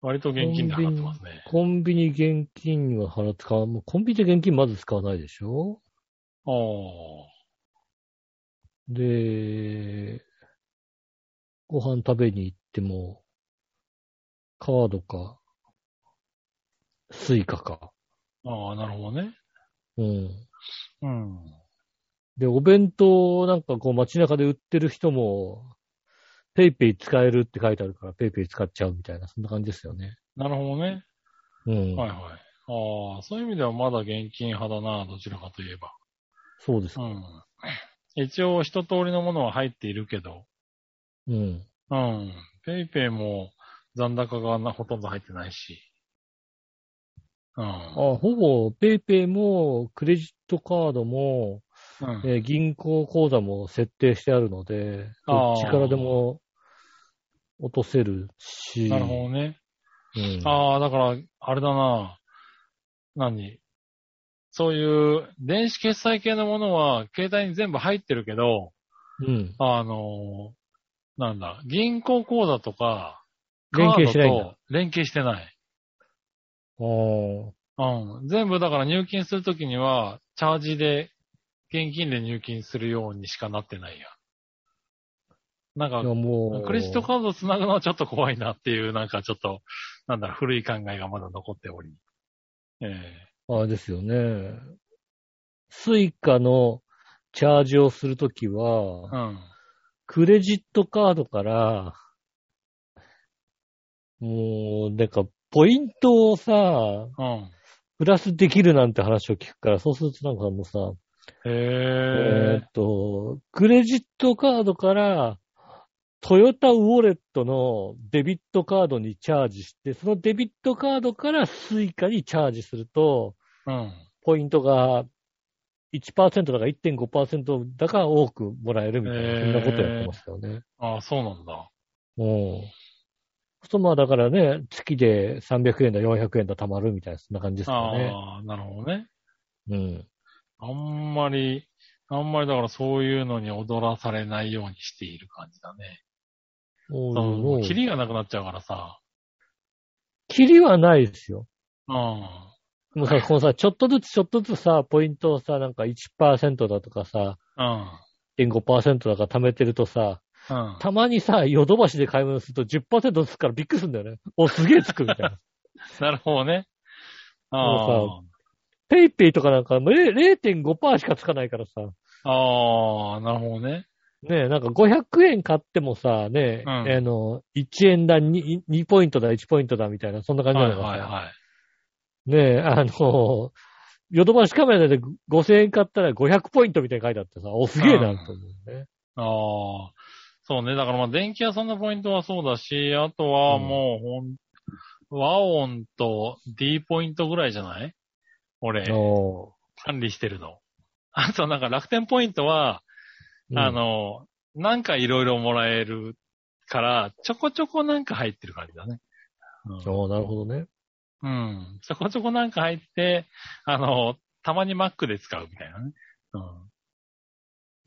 C: 割と現金で払ってますね。
B: コンビニ現金は払ってか、もうコンビニで現金まず使わないでしょ
C: あ
B: で、ご飯食べに行っても、カードか、スイカか。
C: あ。ああ、なるほどね。
B: うん。
C: うん。
B: で、お弁当なんかこう街中で売ってる人も、ペイペイ使えるって書いてあるから、ペイペイ使っちゃうみたいな、そんな感じですよね。
C: なるほどね。
B: うん。
C: はいはい。ああ、そういう意味ではまだ現金派だな、どちらかといえば。
B: そうです。
C: うん。一応一通りのものは入っているけど、
B: うん。
C: うん。ペイペイも残高がなほとんど入ってないし。うん。
B: あほぼ、ペイペイも、クレジットカードも、
C: うん
B: えー銀行口座も設定してあるので、ど
C: あ
B: っ
C: ー
B: ちからでも落とせるし。
C: なるほどね。
B: うん
C: ああ、だから、あれだな。何そういう、電子決済系のものは、携帯に全部入ってるけど、
B: うん。
C: あのーなんだ、銀行口座とか、
B: 連携してないんだ
C: カードと連携してない。
B: あー
C: うん。全部だから入金するときには、チャージで、現金で入金するようにしかなってないや。なん
B: いや
C: か、
B: もう、
C: クレジットカードつなぐのはちょっと怖いなっていう、なんかちょっと、なんだろう、古い考えがまだ残っており。え
B: あれですよね。スイカのチャージをするとき
C: え
B: は、
C: うん。
B: クレジットカードから、もう、なんか、ポイントをさ、
C: うん。
B: プラスできるなんて話を聞くから、そうするとなんかあのさ、え
C: へ
B: ーっと、クレジットカードから、トヨタウォレットのデビットカードにチャージして、そのデビットカードからスイカにチャージすると、
C: え。うん。
B: ポイントが1%だか1.5%だか多くもらえるみたいな、
C: へー
B: そんなことやってますよね。
C: ああ、そうなんだ。
B: うん。そうまあだからね、月で300円だ、400円だ貯まるみたいな、そんな感じですよね。
C: ああ、なるほどね。
B: うん。
C: あんまり、あんまりだからそういうのに踊らされないようにしている感じだね。
B: そ
C: そうの、
B: キ
C: キ
B: リ
C: リがなくなっちゃうからさ。
B: はないですよ。
C: うん。
B: もうさ、このさ、ちょっとずつちょっとずつさ、ポイントをさ、なんか1%だとかさ、
C: うん。
B: 1.5%だか貯めてるとさ、
C: うん。
B: たまにさ、ヨドバシで買い物すると10%つくからびっくりするんだよね。お、すげえつくみたいな。
C: なるほどね。あ
B: もペイペイとかなんか0 0.5%しかつかないからさ、
C: あ。ああ、なるほどね。
B: ねえ、なんか500円買ってもさ、ねえ、
C: うん
B: あの、1円だ2、2ポイントだ、1ポイントだみたいな、そんな感じ
C: は
B: ないのが
C: はい
B: さ、
C: はい。
B: ねえ、あの、ヨドバシカメラで5000円買ったら500ポイントみたいに書いてあってさ、お、すげえなと思うね。
C: ああ。そうね。だからまあ電気屋さんのポイントはそうだし、あとはもうほん、和音と D ポイントぐらいじゃない俺、
B: お
C: 管理してるの。 あとなんか楽天ポイントは、
B: ー
C: あ、の、なんかいろいろもらえるから、ちょこちょこなんか入ってる感じだね。
B: うんおーなるほどね。
C: うん。ちょこちょこなんか入って、あの、たまに Mac で使うみたいなね。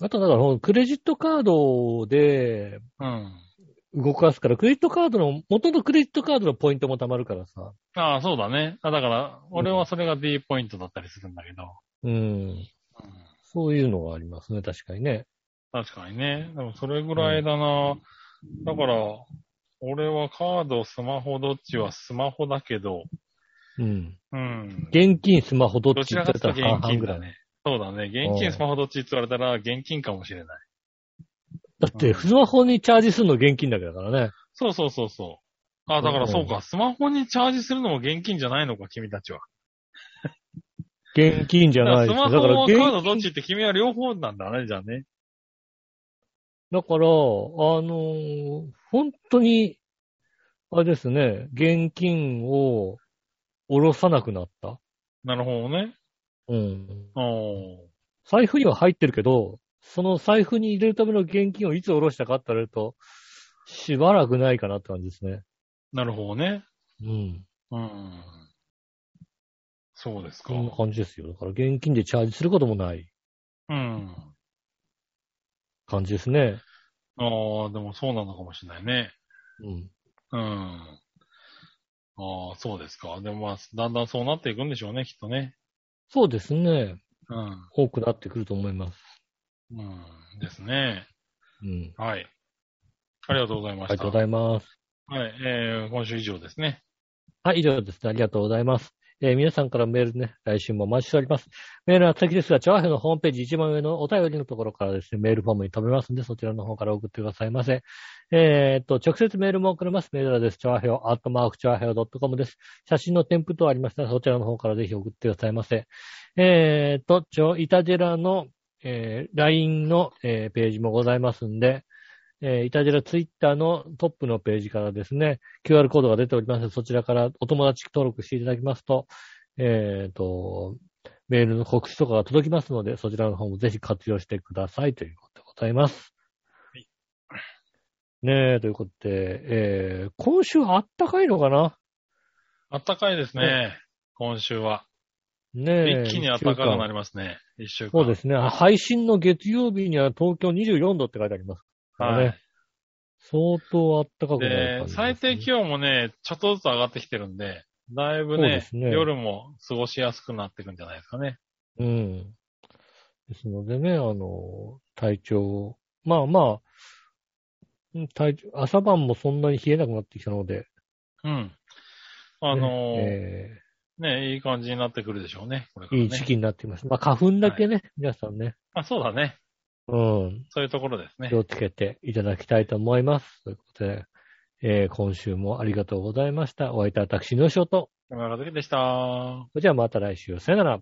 B: あと、だから、クレジットカードで
C: うん。うん。
B: 動かすから、クレジットカードの、元のクレジットカードのポイントも貯まるからさ、
C: ああ、そうだね。あだから、俺はそれが D ポイントだったりするんだけど。
B: うん、
C: うん
B: そういうのがありますね、確かにね。
C: 確かにね。でもそれぐらいだな。だから、俺はカード、スマホ、どっちはスマホだけど、
B: うん。
C: うん。
B: 現金、スマホ、どっ
C: ど
B: ち
C: ち
B: って
C: らかというと
B: 言ったら半
C: 現
B: 々
C: 金
B: ぐら
C: だ
B: い。
C: ね。そうだね。現
B: うん
C: 金、スマホどっちって言われたら現金かもしれない。
B: だって、スマホにチャージするの現金だけだからね。
C: そうそうそうそう。あ、だからそうか。スマホにチャージするのも現金じゃないのか、君たちは。
B: 現金じゃな
C: だから
B: い
C: ス
B: です
C: マ
B: よだか
C: ホ
B: ら、
C: もカ
B: 現
C: ードどっちって君は両方なんだね、じゃあね。
B: だから、あのー本当に、あれですね、現金を下ろさなくなった。
C: なるほどね。
B: うん。
C: お
B: 財布には入ってるけど、その財布に入れるための現金をいつ下ろしたかって言われると、しばらくないかなって感じですね。
C: ーなるほどね。
B: うん。
C: うん。そうですか
B: こ。んな感じですよ。だから現金でチャージすることもない
C: うん。
B: 感じですね。
C: ああ、でもそうなのかもしれないね。
B: うん。
C: うん。ああ、そうですか。でもまあ、だんだんそうなっていくんでしょうね、きっとね。
B: そうですね。
C: うん。
B: 多くなってくると思います。
C: うん。ですね。
B: うん。
C: はい。ありがとうございま
B: あ
C: し
B: り
C: た。
B: がとうございます。
C: はい。えー、今週以上ですね。
B: はい、以上ですね。ありがとうございます。えー皆さんからメールね、来週もお待ちしております。メールは先ですが、チャワヘのホームページ一番上のお便りのところからですね、メールフォームに飛べますんで、そちらの方から送ってくださいませ。えーっと、直接メールも送れます。メールはです。チャワヘオ、アットマークチャワヘオ .com です。写真の添付等ありましたら、そちらの方からぜひ送ってくださいませ。えーっと、ちょ、イタジェラの、えー LINE の、えーページもございますんで、えーイタジェラツイッターのトップのページからですね、QR コードが出ておりますので、そちらからお友達登録していただきますと、えっ、と、メールの告知とかが届きますので、そちらの方もぜひ活用してくださいということでございます。
C: はい
B: ねえ、ということで、えー、今週あったかいのかな
C: あったかいですね。今週は。
B: ねえ。
C: 一気に暖かくな
B: る。
C: りますね。一週間。
B: そうですね。配信の月曜日には東京24度って書いてありますからね。
C: はい。
B: 相当暖かくなる感、じ
C: で
B: ですね、
C: 最低気温もね、ちょっとずつ上がってきてるんで、だいぶ
B: そうで
C: ね
B: すね
C: 夜も過ごしやすくなってるんじゃないですかね。
B: うん。ですのでね、あの、体調、まあまあ、うん体調、朝晩もそんなに冷えなくなってきたので、
C: うん。あのーね
B: え
C: いい感じになってくるでしょうね。これか
B: ー
C: ら
B: い
C: ね。
B: い時期になってきます。まあ、花粉だけね、皆さんね、
C: あ、そうだね。
B: うん、
C: そういうところですね
B: 気。をつけていただきたいと思います。ということで、えー今週もありがとうございました。お会いいたい私、のしおと。
C: 山中月でした。
B: それじゃあまた来週、さよなら。